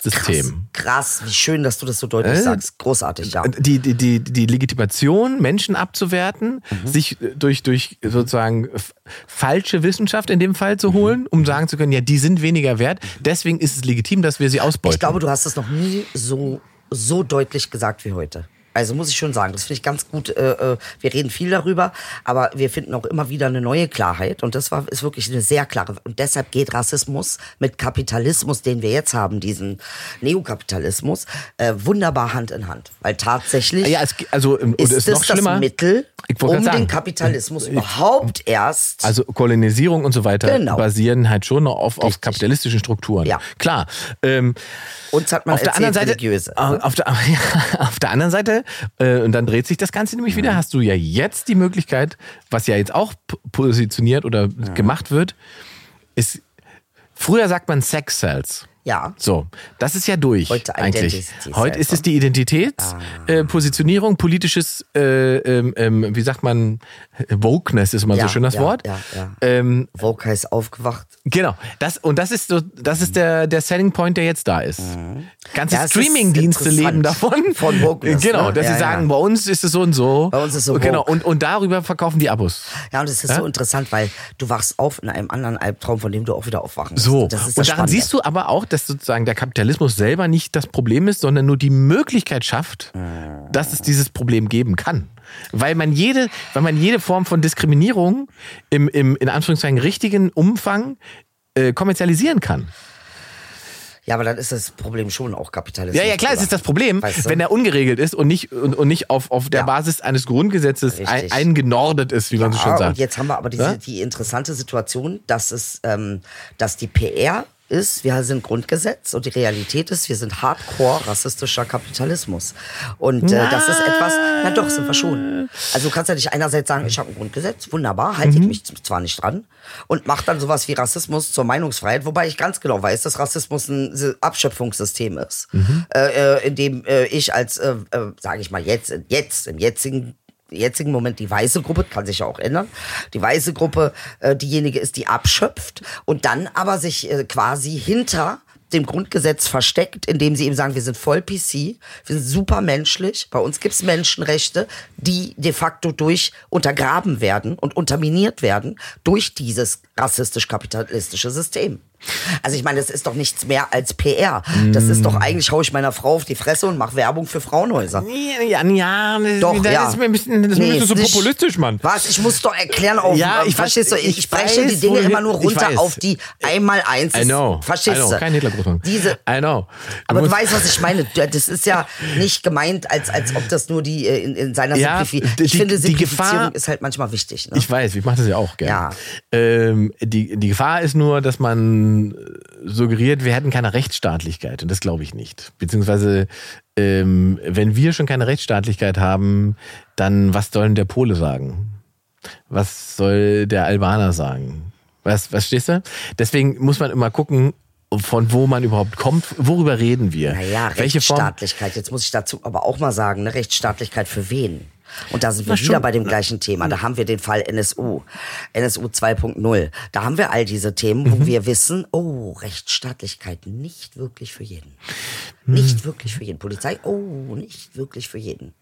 Speaker 5: Wirtschaftssystem.
Speaker 4: Krass, wie schön, dass du das so deutlich
Speaker 5: Äh?
Speaker 4: sagst. Großartig, ja.
Speaker 5: Die, die, die, die Legitimation, Menschen abzuwerten,
Speaker 4: Mhm.
Speaker 5: sich äh, durch, durch sozusagen f- falsche Wissenschaft in dem Fall
Speaker 4: Mhm.
Speaker 5: zu holen, um sagen zu können, ja, die sind weniger wert, deswegen ist es legitim, dass wir sie ausbeuten.
Speaker 4: Ich glaube, du hast es noch nie so, so deutlich gesagt wie heute. Also muss ich schon sagen, das finde ich ganz gut. Äh, äh, wir reden viel darüber, aber wir finden auch immer wieder eine neue Klarheit. Und das war, ist wirklich eine sehr klare. Und deshalb geht Rassismus mit Kapitalismus, den wir jetzt haben, diesen Neokapitalismus, äh, wunderbar Hand in Hand. Weil tatsächlich
Speaker 5: ja, es, ge- also, ähm, und
Speaker 4: ist,
Speaker 5: es ist
Speaker 4: das
Speaker 5: noch schlimmer.
Speaker 4: das Mittel,
Speaker 5: Ich wollte
Speaker 4: um
Speaker 5: grad
Speaker 4: den
Speaker 5: sagen.
Speaker 4: Kapitalismus überhaupt erst
Speaker 5: Also Kolonisierung und so weiter
Speaker 4: Genau.
Speaker 5: basieren halt schon auf, auf kapitalistischen Strukturen.
Speaker 4: Ja.
Speaker 5: Klar. Ähm,
Speaker 4: Uns hat man
Speaker 5: auf der
Speaker 4: erzählt,
Speaker 5: anderen Seite,
Speaker 4: religiöse.
Speaker 5: au- Auf der, ja, auf der anderen Seite, äh, und dann dreht sich das Ganze nämlich
Speaker 4: Mhm.
Speaker 5: wieder, hast du ja jetzt die Möglichkeit, was ja jetzt auch p- positioniert oder gemacht wird, ist, früher sagt man Sex Cells.
Speaker 4: Ja.
Speaker 5: So, das ist ja durch
Speaker 4: Heute
Speaker 5: eigentlich.
Speaker 4: Identity
Speaker 5: Heute ist
Speaker 4: Cells, ne? Ah.
Speaker 5: es die Identitätspositionierung, äh, Positionierung, politisches, äh, ähm, ähm, wie sagt man, Wokeness ist mal
Speaker 4: Ja,
Speaker 5: so schön das
Speaker 4: ja,
Speaker 5: Wort.
Speaker 4: ja, ja.
Speaker 5: Ähm,
Speaker 4: Vogue heißt aufgewacht.
Speaker 5: Genau, das, und das ist so, das ist der, der Selling Point, der jetzt da ist. Ganze
Speaker 4: Das ist
Speaker 5: Streaming-Dienste
Speaker 4: interessant.
Speaker 5: leben davon.
Speaker 4: Von Wokeness,
Speaker 5: Genau,
Speaker 4: ne?
Speaker 5: dass
Speaker 4: Ja,
Speaker 5: sie sagen,
Speaker 4: ja.
Speaker 5: bei uns ist es so und so.
Speaker 4: Bei uns ist es so
Speaker 5: Genau,
Speaker 4: woke.
Speaker 5: und, und darüber verkaufen die Abos.
Speaker 4: Ja, und es ist so interessant, weil du wachst auf in einem anderen Albtraum, von dem du auch wieder aufwachen musst.
Speaker 5: So,
Speaker 4: das ist
Speaker 5: und daran
Speaker 4: das Spannende.
Speaker 5: siehst du aber auch, dass sozusagen der Kapitalismus selber nicht das Problem ist, sondern nur die Möglichkeit schafft, dass es dieses Problem geben kann. Weil man jede, weil man jede Form von Diskriminierung im, im in Anführungszeichen richtigen Umfang äh, kommerzialisieren kann.
Speaker 4: Ja, aber dann ist das Problem schon auch Kapitalismus.
Speaker 5: Ja, ja, klar, es
Speaker 4: oder?
Speaker 5: ist das Problem,
Speaker 4: Weißt du?
Speaker 5: wenn er ungeregelt ist und nicht, und, und nicht auf, auf der
Speaker 4: Ja.
Speaker 5: Basis eines Grundgesetzes ein,
Speaker 4: Richtig.
Speaker 5: eingenordet ist, wie man so
Speaker 4: Ah,
Speaker 5: schön sagt.
Speaker 4: Und jetzt haben wir aber diese,
Speaker 5: Ja?
Speaker 4: die interessante Situation, dass es, ähm, dass die PR ist, wir sind Grundgesetz und die Realität ist, wir sind hardcore rassistischer Kapitalismus. Und äh, das ist etwas, na doch, sind wir schon. Also du kannst ja nicht einerseits sagen, ich habe ein Grundgesetz, wunderbar, halte
Speaker 5: Mhm.
Speaker 4: ich mich zwar nicht dran und mach dann sowas wie Rassismus zur Meinungsfreiheit, wobei ich ganz genau weiß, dass Rassismus ein S- Abschöpfungssystem ist,
Speaker 5: Mhm.
Speaker 4: äh, äh, in dem äh, ich als, äh, äh, sage ich mal, jetzt, jetzt, im jetzigen jetzigen Moment die weiße Gruppe, kann sich ja auch ändern, die weiße Gruppe äh, diejenige ist, die abschöpft und dann aber sich äh, quasi hinter dem Grundgesetz versteckt, indem sie eben sagen, wir sind voll PC, wir sind super menschlich, bei uns gibt's Menschenrechte, die de facto durch untergraben werden und unterminiert werden durch dieses rassistisch-kapitalistische System. Also ich meine, das ist doch nichts mehr als PR. Das ist doch eigentlich, hau ich meiner Frau auf die Fresse und mache Werbung für Frauenhäuser.
Speaker 5: Ja, ja, das,
Speaker 4: Doch,
Speaker 5: das
Speaker 4: ja.
Speaker 5: ist mir ein bisschen, das ist mir
Speaker 4: Nee,
Speaker 5: ein bisschen so
Speaker 4: ist nicht-
Speaker 5: populistisch, Mann.
Speaker 4: Was? Ich muss doch erklären auf.
Speaker 5: Ja, ich
Speaker 4: verstehst
Speaker 5: weiß-
Speaker 4: du, ich,
Speaker 5: ich
Speaker 4: spreche
Speaker 5: weiß,
Speaker 4: die Dinge
Speaker 5: wohin-
Speaker 4: immer nur
Speaker 5: ich weiß.
Speaker 4: runter auf die einmal eins.
Speaker 5: I know.
Speaker 4: Verstehst
Speaker 5: I know.
Speaker 4: du?
Speaker 5: Kein Hitlergrußmann.
Speaker 4: Diese.
Speaker 5: I know.
Speaker 4: Aber du
Speaker 5: musst-
Speaker 4: weißt, was ich meine. Das ist ja nicht gemeint, als, als ob das nur die äh, in, in seiner
Speaker 5: Ja,
Speaker 4: Simplifizierung.
Speaker 5: die-
Speaker 4: Ich finde,
Speaker 5: die
Speaker 4: Simplifizierung
Speaker 5: Gefahr-
Speaker 4: ist halt manchmal wichtig. Ne?
Speaker 5: Ich weiß, ich mache das ja auch gerne.
Speaker 4: Ja.
Speaker 5: Ähm, die, die Gefahr ist nur, dass man äh, suggeriert, wir hätten keine Rechtsstaatlichkeit. Und das glaube ich nicht. Beziehungsweise, ähm, wenn wir schon keine Rechtsstaatlichkeit haben, dann was soll denn der Pole sagen? Was soll der Albaner sagen? Was, was stehst du? Deswegen muss man immer gucken, von wo man überhaupt kommt, worüber reden wir?
Speaker 4: Naja, Rechtsstaatlichkeit. Jetzt muss ich dazu aber auch mal sagen, ne? Rechtsstaatlichkeit für wen? Und da sind wir
Speaker 5: Na,
Speaker 4: wieder
Speaker 5: schon.
Speaker 4: bei dem gleichen Thema. Da haben wir den Fall NSU, NSU 2.0. Da haben wir all diese Themen, wo
Speaker 5: Mhm.
Speaker 4: wir wissen, oh, Rechtsstaatlichkeit nicht wirklich für jeden.
Speaker 5: Hm.
Speaker 4: Nicht wirklich für jeden. Polizei, oh, nicht wirklich für jeden.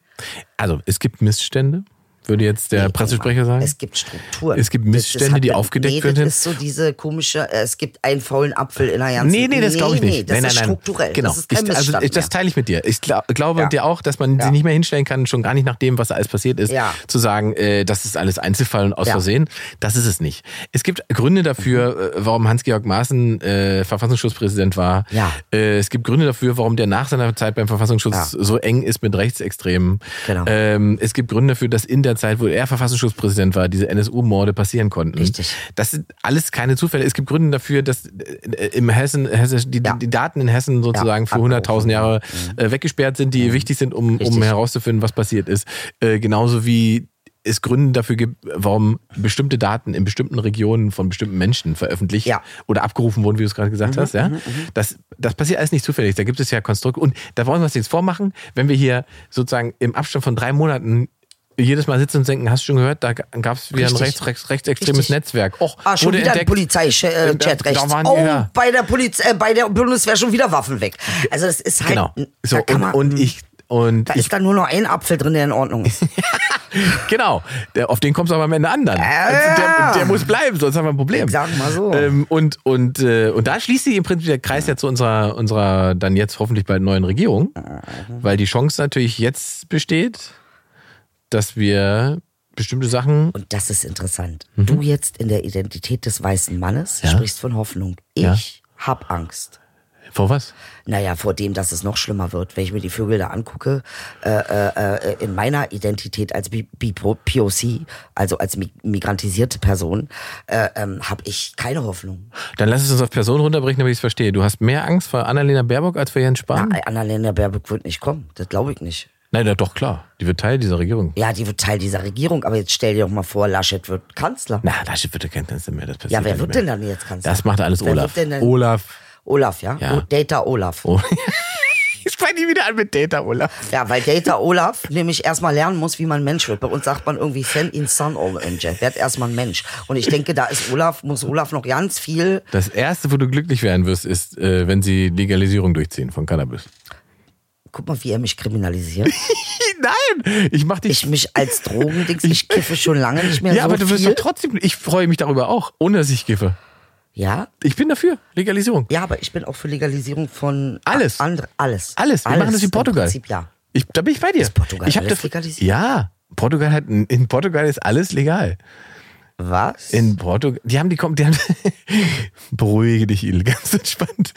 Speaker 5: Also, es gibt Missstände, würde jetzt der
Speaker 4: Nee,
Speaker 5: Äh, Pressesprecher
Speaker 4: Oma,
Speaker 5: sagen.
Speaker 4: Es gibt Strukturen.
Speaker 5: Es gibt
Speaker 4: Das- das
Speaker 5: Missstände,
Speaker 4: hat
Speaker 5: die
Speaker 4: mit-
Speaker 5: aufgedeckt
Speaker 4: nee,
Speaker 5: werden. Äh,
Speaker 4: Das ist so diese komische, äh, es gibt einen faulen Apfel in der ganzen
Speaker 5: Nee, nee, das glaube ich nicht.
Speaker 4: Nee, das
Speaker 5: nein, nein,
Speaker 4: ist
Speaker 5: nein.
Speaker 4: strukturell.
Speaker 5: Genau.
Speaker 4: Das ist kein
Speaker 5: ich, also,
Speaker 4: Missstand
Speaker 5: ich, das
Speaker 4: mehr.
Speaker 5: teile ich mit dir. Ich gla glaube
Speaker 4: Ja.
Speaker 5: dir auch, dass man
Speaker 4: Ja.
Speaker 5: sie nicht mehr hinstellen kann, schon gar nicht nach dem, was da alles passiert ist,
Speaker 4: Ja.
Speaker 5: zu sagen, äh, das ist alles Einzelfall und aus
Speaker 4: Ja.
Speaker 5: Versehen. Das ist es nicht. Es gibt Gründe dafür,
Speaker 4: Mhm.
Speaker 5: äh, warum Hans-Georg Maaßen äh, Verfassungsschutzpräsident war.
Speaker 4: Ja.
Speaker 5: Äh, es gibt Gründe dafür, warum der nach seiner Zeit beim Verfassungsschutz
Speaker 4: Ja.
Speaker 5: so eng ist mit Rechtsextremen.
Speaker 4: Genau.
Speaker 5: Ähm, es gibt Gründe dafür, dass in der Zeit, wo er Verfassungsschutzpräsident war, diese NSU-Morde passieren konnten.
Speaker 4: Richtig.
Speaker 5: Das sind alles keine Zufälle. Es gibt Gründe dafür, dass äh, im Hessen, Hesse, die,
Speaker 4: Ja.
Speaker 5: die Daten in Hessen sozusagen für
Speaker 4: abgerufen.
Speaker 5: 100.000 Jahre äh, weggesperrt sind, die wichtig sind, um, um
Speaker 4: Mhm. Richtig.
Speaker 5: herauszufinden, was passiert ist. Äh, genauso wie es Gründe dafür gibt, warum bestimmte Daten in bestimmten Regionen von bestimmten Menschen veröffentlicht
Speaker 4: Ja. Mhm,
Speaker 5: oder abgerufen wurden, wie du es gerade gesagt hast. Ja? Das, das passiert alles nicht zufällig. Da gibt es ja Konstrukte. Und da wollen wir uns jetzt vormachen, wenn wir hier sozusagen im Abstand von drei Monaten jedes Mal sitzen und denken, hast du schon gehört, da gab es wieder
Speaker 4: Richtig.
Speaker 5: ein rechts, rechts, rechtsextremes
Speaker 4: Richtig.
Speaker 5: Netzwerk. Och,
Speaker 4: Ah, schon
Speaker 5: wurde
Speaker 4: wieder ein
Speaker 5: entdeckt. Äh, da-
Speaker 4: Polizei-Chat rechts.
Speaker 5: Da waren die,
Speaker 4: oh,
Speaker 5: ja.
Speaker 4: bei der Polizei, äh, bei der Bundeswehr schon wieder Waffen weg. Also das ist halt,
Speaker 5: Genau. So,
Speaker 4: da kann
Speaker 5: und,
Speaker 4: man,
Speaker 5: und ich. Und
Speaker 4: da
Speaker 5: ich,
Speaker 4: ist dann nur noch ein Apfel drin, der in Ordnung ist.
Speaker 5: genau, der, auf den kommst du aber am Ende an dann.
Speaker 4: Ja.
Speaker 5: Der, der muss bleiben, sonst haben wir ein Problem.
Speaker 4: Ich sag mal so.
Speaker 5: Ähm, und, und, äh, und da schließt sich im Prinzip der Kreis ja zu unserer, unserer dann jetzt hoffentlich bald neuen Regierung,
Speaker 4: Mhm.
Speaker 5: weil die Chance natürlich jetzt besteht, dass wir bestimmte Sachen
Speaker 4: Und das ist interessant. Du jetzt in der Identität des weißen Mannes
Speaker 5: Mhm. Ja.
Speaker 4: sprichst von Hoffnung. Ich
Speaker 5: Ja.
Speaker 4: hab Angst.
Speaker 5: vor was?
Speaker 4: Naja, vor dem, dass es noch schlimmer wird, wenn ich mir die Vögel da angucke, äh, äh, äh, in meiner Identität als Bi- Bi- POC, also als mi migrantisierte Person, äh, ähm, habe ich keine Hoffnung.
Speaker 5: Dann lass es uns auf Personen runterbrechen, damit ich es verstehe. Du hast mehr Angst vor Annalena Baerbock als vor Jens Spahn?
Speaker 4: Äh, Annalena Baerbock wird nicht kommen, das glaube ich nicht.
Speaker 5: Nein, na doch klar. Die wird Teil dieser Regierung.
Speaker 4: Ja, die wird Teil dieser Regierung, aber jetzt stell dir doch mal vor, Laschet wird Kanzler.
Speaker 5: Na, Laschet wird ja kein Kanzler mehr. Das passiert
Speaker 4: ja,
Speaker 5: nicht
Speaker 4: wer wird
Speaker 5: mehr.
Speaker 4: denn dann jetzt Kanzler?
Speaker 5: Das macht alles
Speaker 4: Wer
Speaker 5: Olaf.
Speaker 4: Wird denn dann
Speaker 5: Olaf.
Speaker 4: Olaf, ja?
Speaker 5: Ja.
Speaker 4: Oh, Data Olaf.
Speaker 5: Oh. Jetzt fange ich wieder an mit Data, Olaf.
Speaker 4: Ja, weil Data Olaf nämlich erstmal lernen muss, wie man Mensch wird. Bei uns sagt man irgendwie Fan in Sun Orange. Werd erstmal ein Mensch. Und ich denke, da ist Olaf, muss Olaf noch ganz viel.
Speaker 5: Das erste, wo du glücklich werden wirst, ist, äh, wenn sie Legalisierung durchziehen von Cannabis.
Speaker 4: Guck mal, wie er mich kriminalisiert.
Speaker 5: Nein, ich mach dich.
Speaker 4: Ich mich als Drogendings, ich kiffe schon lange nicht mehr
Speaker 5: ja,
Speaker 4: so
Speaker 5: aber du wirst
Speaker 4: viel.
Speaker 5: doch trotzdem. Ich freue mich darüber auch, ohne dass ich kiffe.
Speaker 4: ja?
Speaker 5: Ich bin dafür. Legalisierung.
Speaker 4: Ja, aber ich bin auch für Legalisierung von
Speaker 5: Alles.
Speaker 4: Andre, alles.
Speaker 5: Alles. Wir machen das wie
Speaker 4: im
Speaker 5: Portugal.
Speaker 4: Prinzip, ja.
Speaker 5: Ich, da bin ich bei dir.
Speaker 4: Ist Portugal
Speaker 5: ich hab
Speaker 4: alles
Speaker 5: daf-
Speaker 4: legalisiert?
Speaker 5: Ja. Portugal hat, in Portugal ist alles legal.
Speaker 4: Was?
Speaker 5: In Portugal, die haben die, kom- die haben, beruhige dich, Il, ganz entspannt.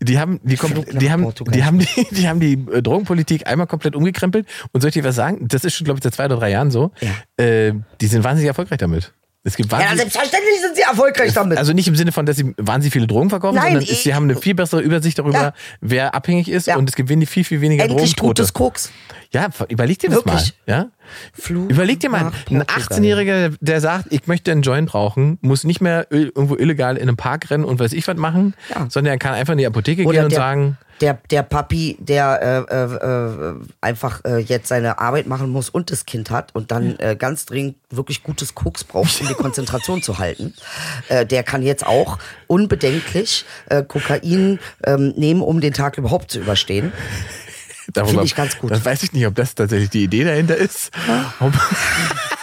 Speaker 5: Die haben, die, kom-
Speaker 4: Flug nach
Speaker 5: die, haben,
Speaker 4: Portugal.
Speaker 5: die haben die, die haben die äh, Drogenpolitik einmal komplett umgekrempelt. Und soll ich dir was sagen? Das ist schon, glaube ich, seit zwei oder drei Jahren so. Äh, die sind wahnsinnig erfolgreich damit. Es gibt
Speaker 4: ja, also
Speaker 5: wahnsinnig,
Speaker 4: selbstverständlich sind sie erfolgreich damit.
Speaker 5: also nicht im Sinne von, dass sie wahnsinnig viele Drogen verkaufen,
Speaker 4: Nein,
Speaker 5: sondern ist, sie
Speaker 4: ich-
Speaker 5: haben eine viel bessere Übersicht darüber,
Speaker 4: Ja.
Speaker 5: wer abhängig ist.
Speaker 4: Ja.
Speaker 5: Und es gibt wenig, viel, viel weniger
Speaker 4: Endlich
Speaker 5: Drogentote.
Speaker 4: gutes Koks.
Speaker 5: Ja, ver- überleg dir das
Speaker 4: Wirklich?
Speaker 5: mal. Ja?
Speaker 4: Flug
Speaker 5: überleg dir mal,
Speaker 4: nach
Speaker 5: ein
Speaker 4: Portugal.
Speaker 5: 18-Jähriger, der sagt, ich möchte einen Joint rauchen, muss nicht mehr i- irgendwo illegal in einem Park rennen und weiß ich was machen,
Speaker 4: Ja.
Speaker 5: sondern er kann einfach in die Apotheke gehen und
Speaker 4: der,
Speaker 5: sagen,
Speaker 4: Der, der Papi, der äh, äh, äh, einfach äh, jetzt seine Arbeit machen muss und das Kind hat und dann äh, ganz dringend wirklich gutes Koks braucht, um die Konzentration zu halten, äh, der kann jetzt auch unbedenklich äh, Kokain ähm, nehmen, um den Tag überhaupt zu überstehen.
Speaker 5: darüber,
Speaker 4: ich ganz gut.
Speaker 5: das weiß ich nicht, ob das tatsächlich die Idee dahinter ist, ob,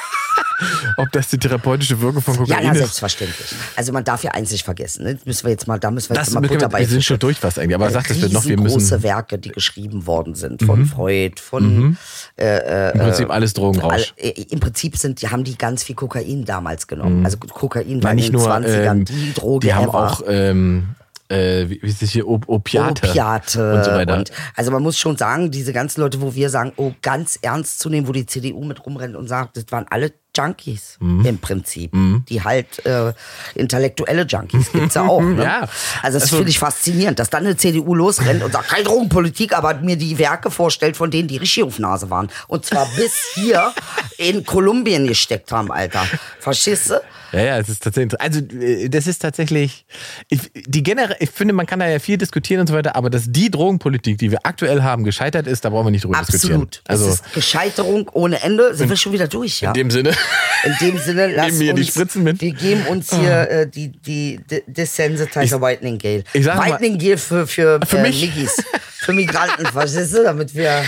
Speaker 5: ob das die therapeutische Wirkung von
Speaker 4: Ja,
Speaker 5: Kokain
Speaker 4: na,
Speaker 5: ist.
Speaker 4: selbstverständlich. Also man darf ja eins nicht vergessen. Ne? Das Müssen wir jetzt mal, da müssen wir
Speaker 5: Das
Speaker 4: jetzt mal
Speaker 5: können
Speaker 4: Butter
Speaker 5: wir,
Speaker 4: bei
Speaker 5: wir sind schon durch was eigentlich, aber sag das wird noch, wir
Speaker 4: große
Speaker 5: müssen Mhm.
Speaker 4: Werke, die geschrieben worden sind von Freud, von
Speaker 5: im Prinzip alles
Speaker 4: Alle,
Speaker 5: Drogenrausch.
Speaker 4: äh, Im Prinzip sind, die haben die ganz viel Kokain damals genommen. Also Kokain war
Speaker 5: Mhm. Nein, nicht
Speaker 4: in den
Speaker 5: nur,
Speaker 4: 20ern
Speaker 5: ähm,
Speaker 4: die Droge
Speaker 5: die haben
Speaker 4: ever.
Speaker 5: auch, ähm, äh, wie, wie ist das hier, Op Opiate,
Speaker 4: Opiate
Speaker 5: und so weiter.
Speaker 4: und- also man muss schon sagen, diese ganzen Leute, wo wir sagen, oh, ganz ernst zu nehmen, wo die CDU mit rumrennt und sagt, das waren alle Junkies
Speaker 5: Mhm.
Speaker 4: im Prinzip, die halt äh, intellektuelle Junkies gibt's ja auch. Ne?
Speaker 5: Ja.
Speaker 4: Also das finde ich faszinierend, dass dann eine CDU losrennt und sagt, keine Drogenpolitik, aber mir die Werke vorstellt, von denen die richtig auf Nase waren. Und zwar bis hier in Kolumbien gesteckt haben, Alter. Verstehst du?
Speaker 5: Ja, ja, es ist tatsächlich. Also, äh, das ist tatsächlich. Ich, die generell, ich finde, man kann da ja viel diskutieren und so weiter, aber dass die Drogenpolitik, die wir aktuell haben, gescheitert ist, da brauchen wir nicht drüber diskutieren.
Speaker 4: Absolut.
Speaker 5: Also,
Speaker 4: es ist Gescheiterung ohne Ende. Sind wir schon wieder durch, ja?
Speaker 5: in dem Sinne.
Speaker 4: In dem Sinne, lass
Speaker 5: Nehmen wir
Speaker 4: uns,
Speaker 5: die Spritzen mit. Ah.
Speaker 4: wir geben uns hier äh, die, die, die Desensitizer Whitening Gale.
Speaker 5: ich sag mal-
Speaker 4: Whitening Gale für, für,
Speaker 5: Für
Speaker 4: äh,
Speaker 5: mich.
Speaker 4: Miggies, für Migranten, verstehst du, damit wir...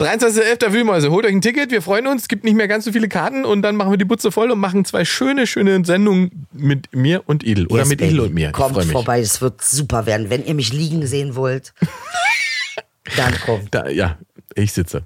Speaker 5: 23.11. Wühlmäuse, holt euch ein Ticket, wir freuen uns, es gibt nicht mehr ganz so viele Karten und dann machen wir die Butze voll und machen zwei schöne, schöne Sendungen mit mir und Idel. Oder
Speaker 4: Yes,
Speaker 5: mit
Speaker 4: baby.
Speaker 5: Idel und mir. ich
Speaker 4: Kommt
Speaker 5: freue mich.
Speaker 4: vorbei, es wird super werden. Wenn ihr mich liegen sehen wollt, dann kommt.
Speaker 5: Da, ja, ich sitze.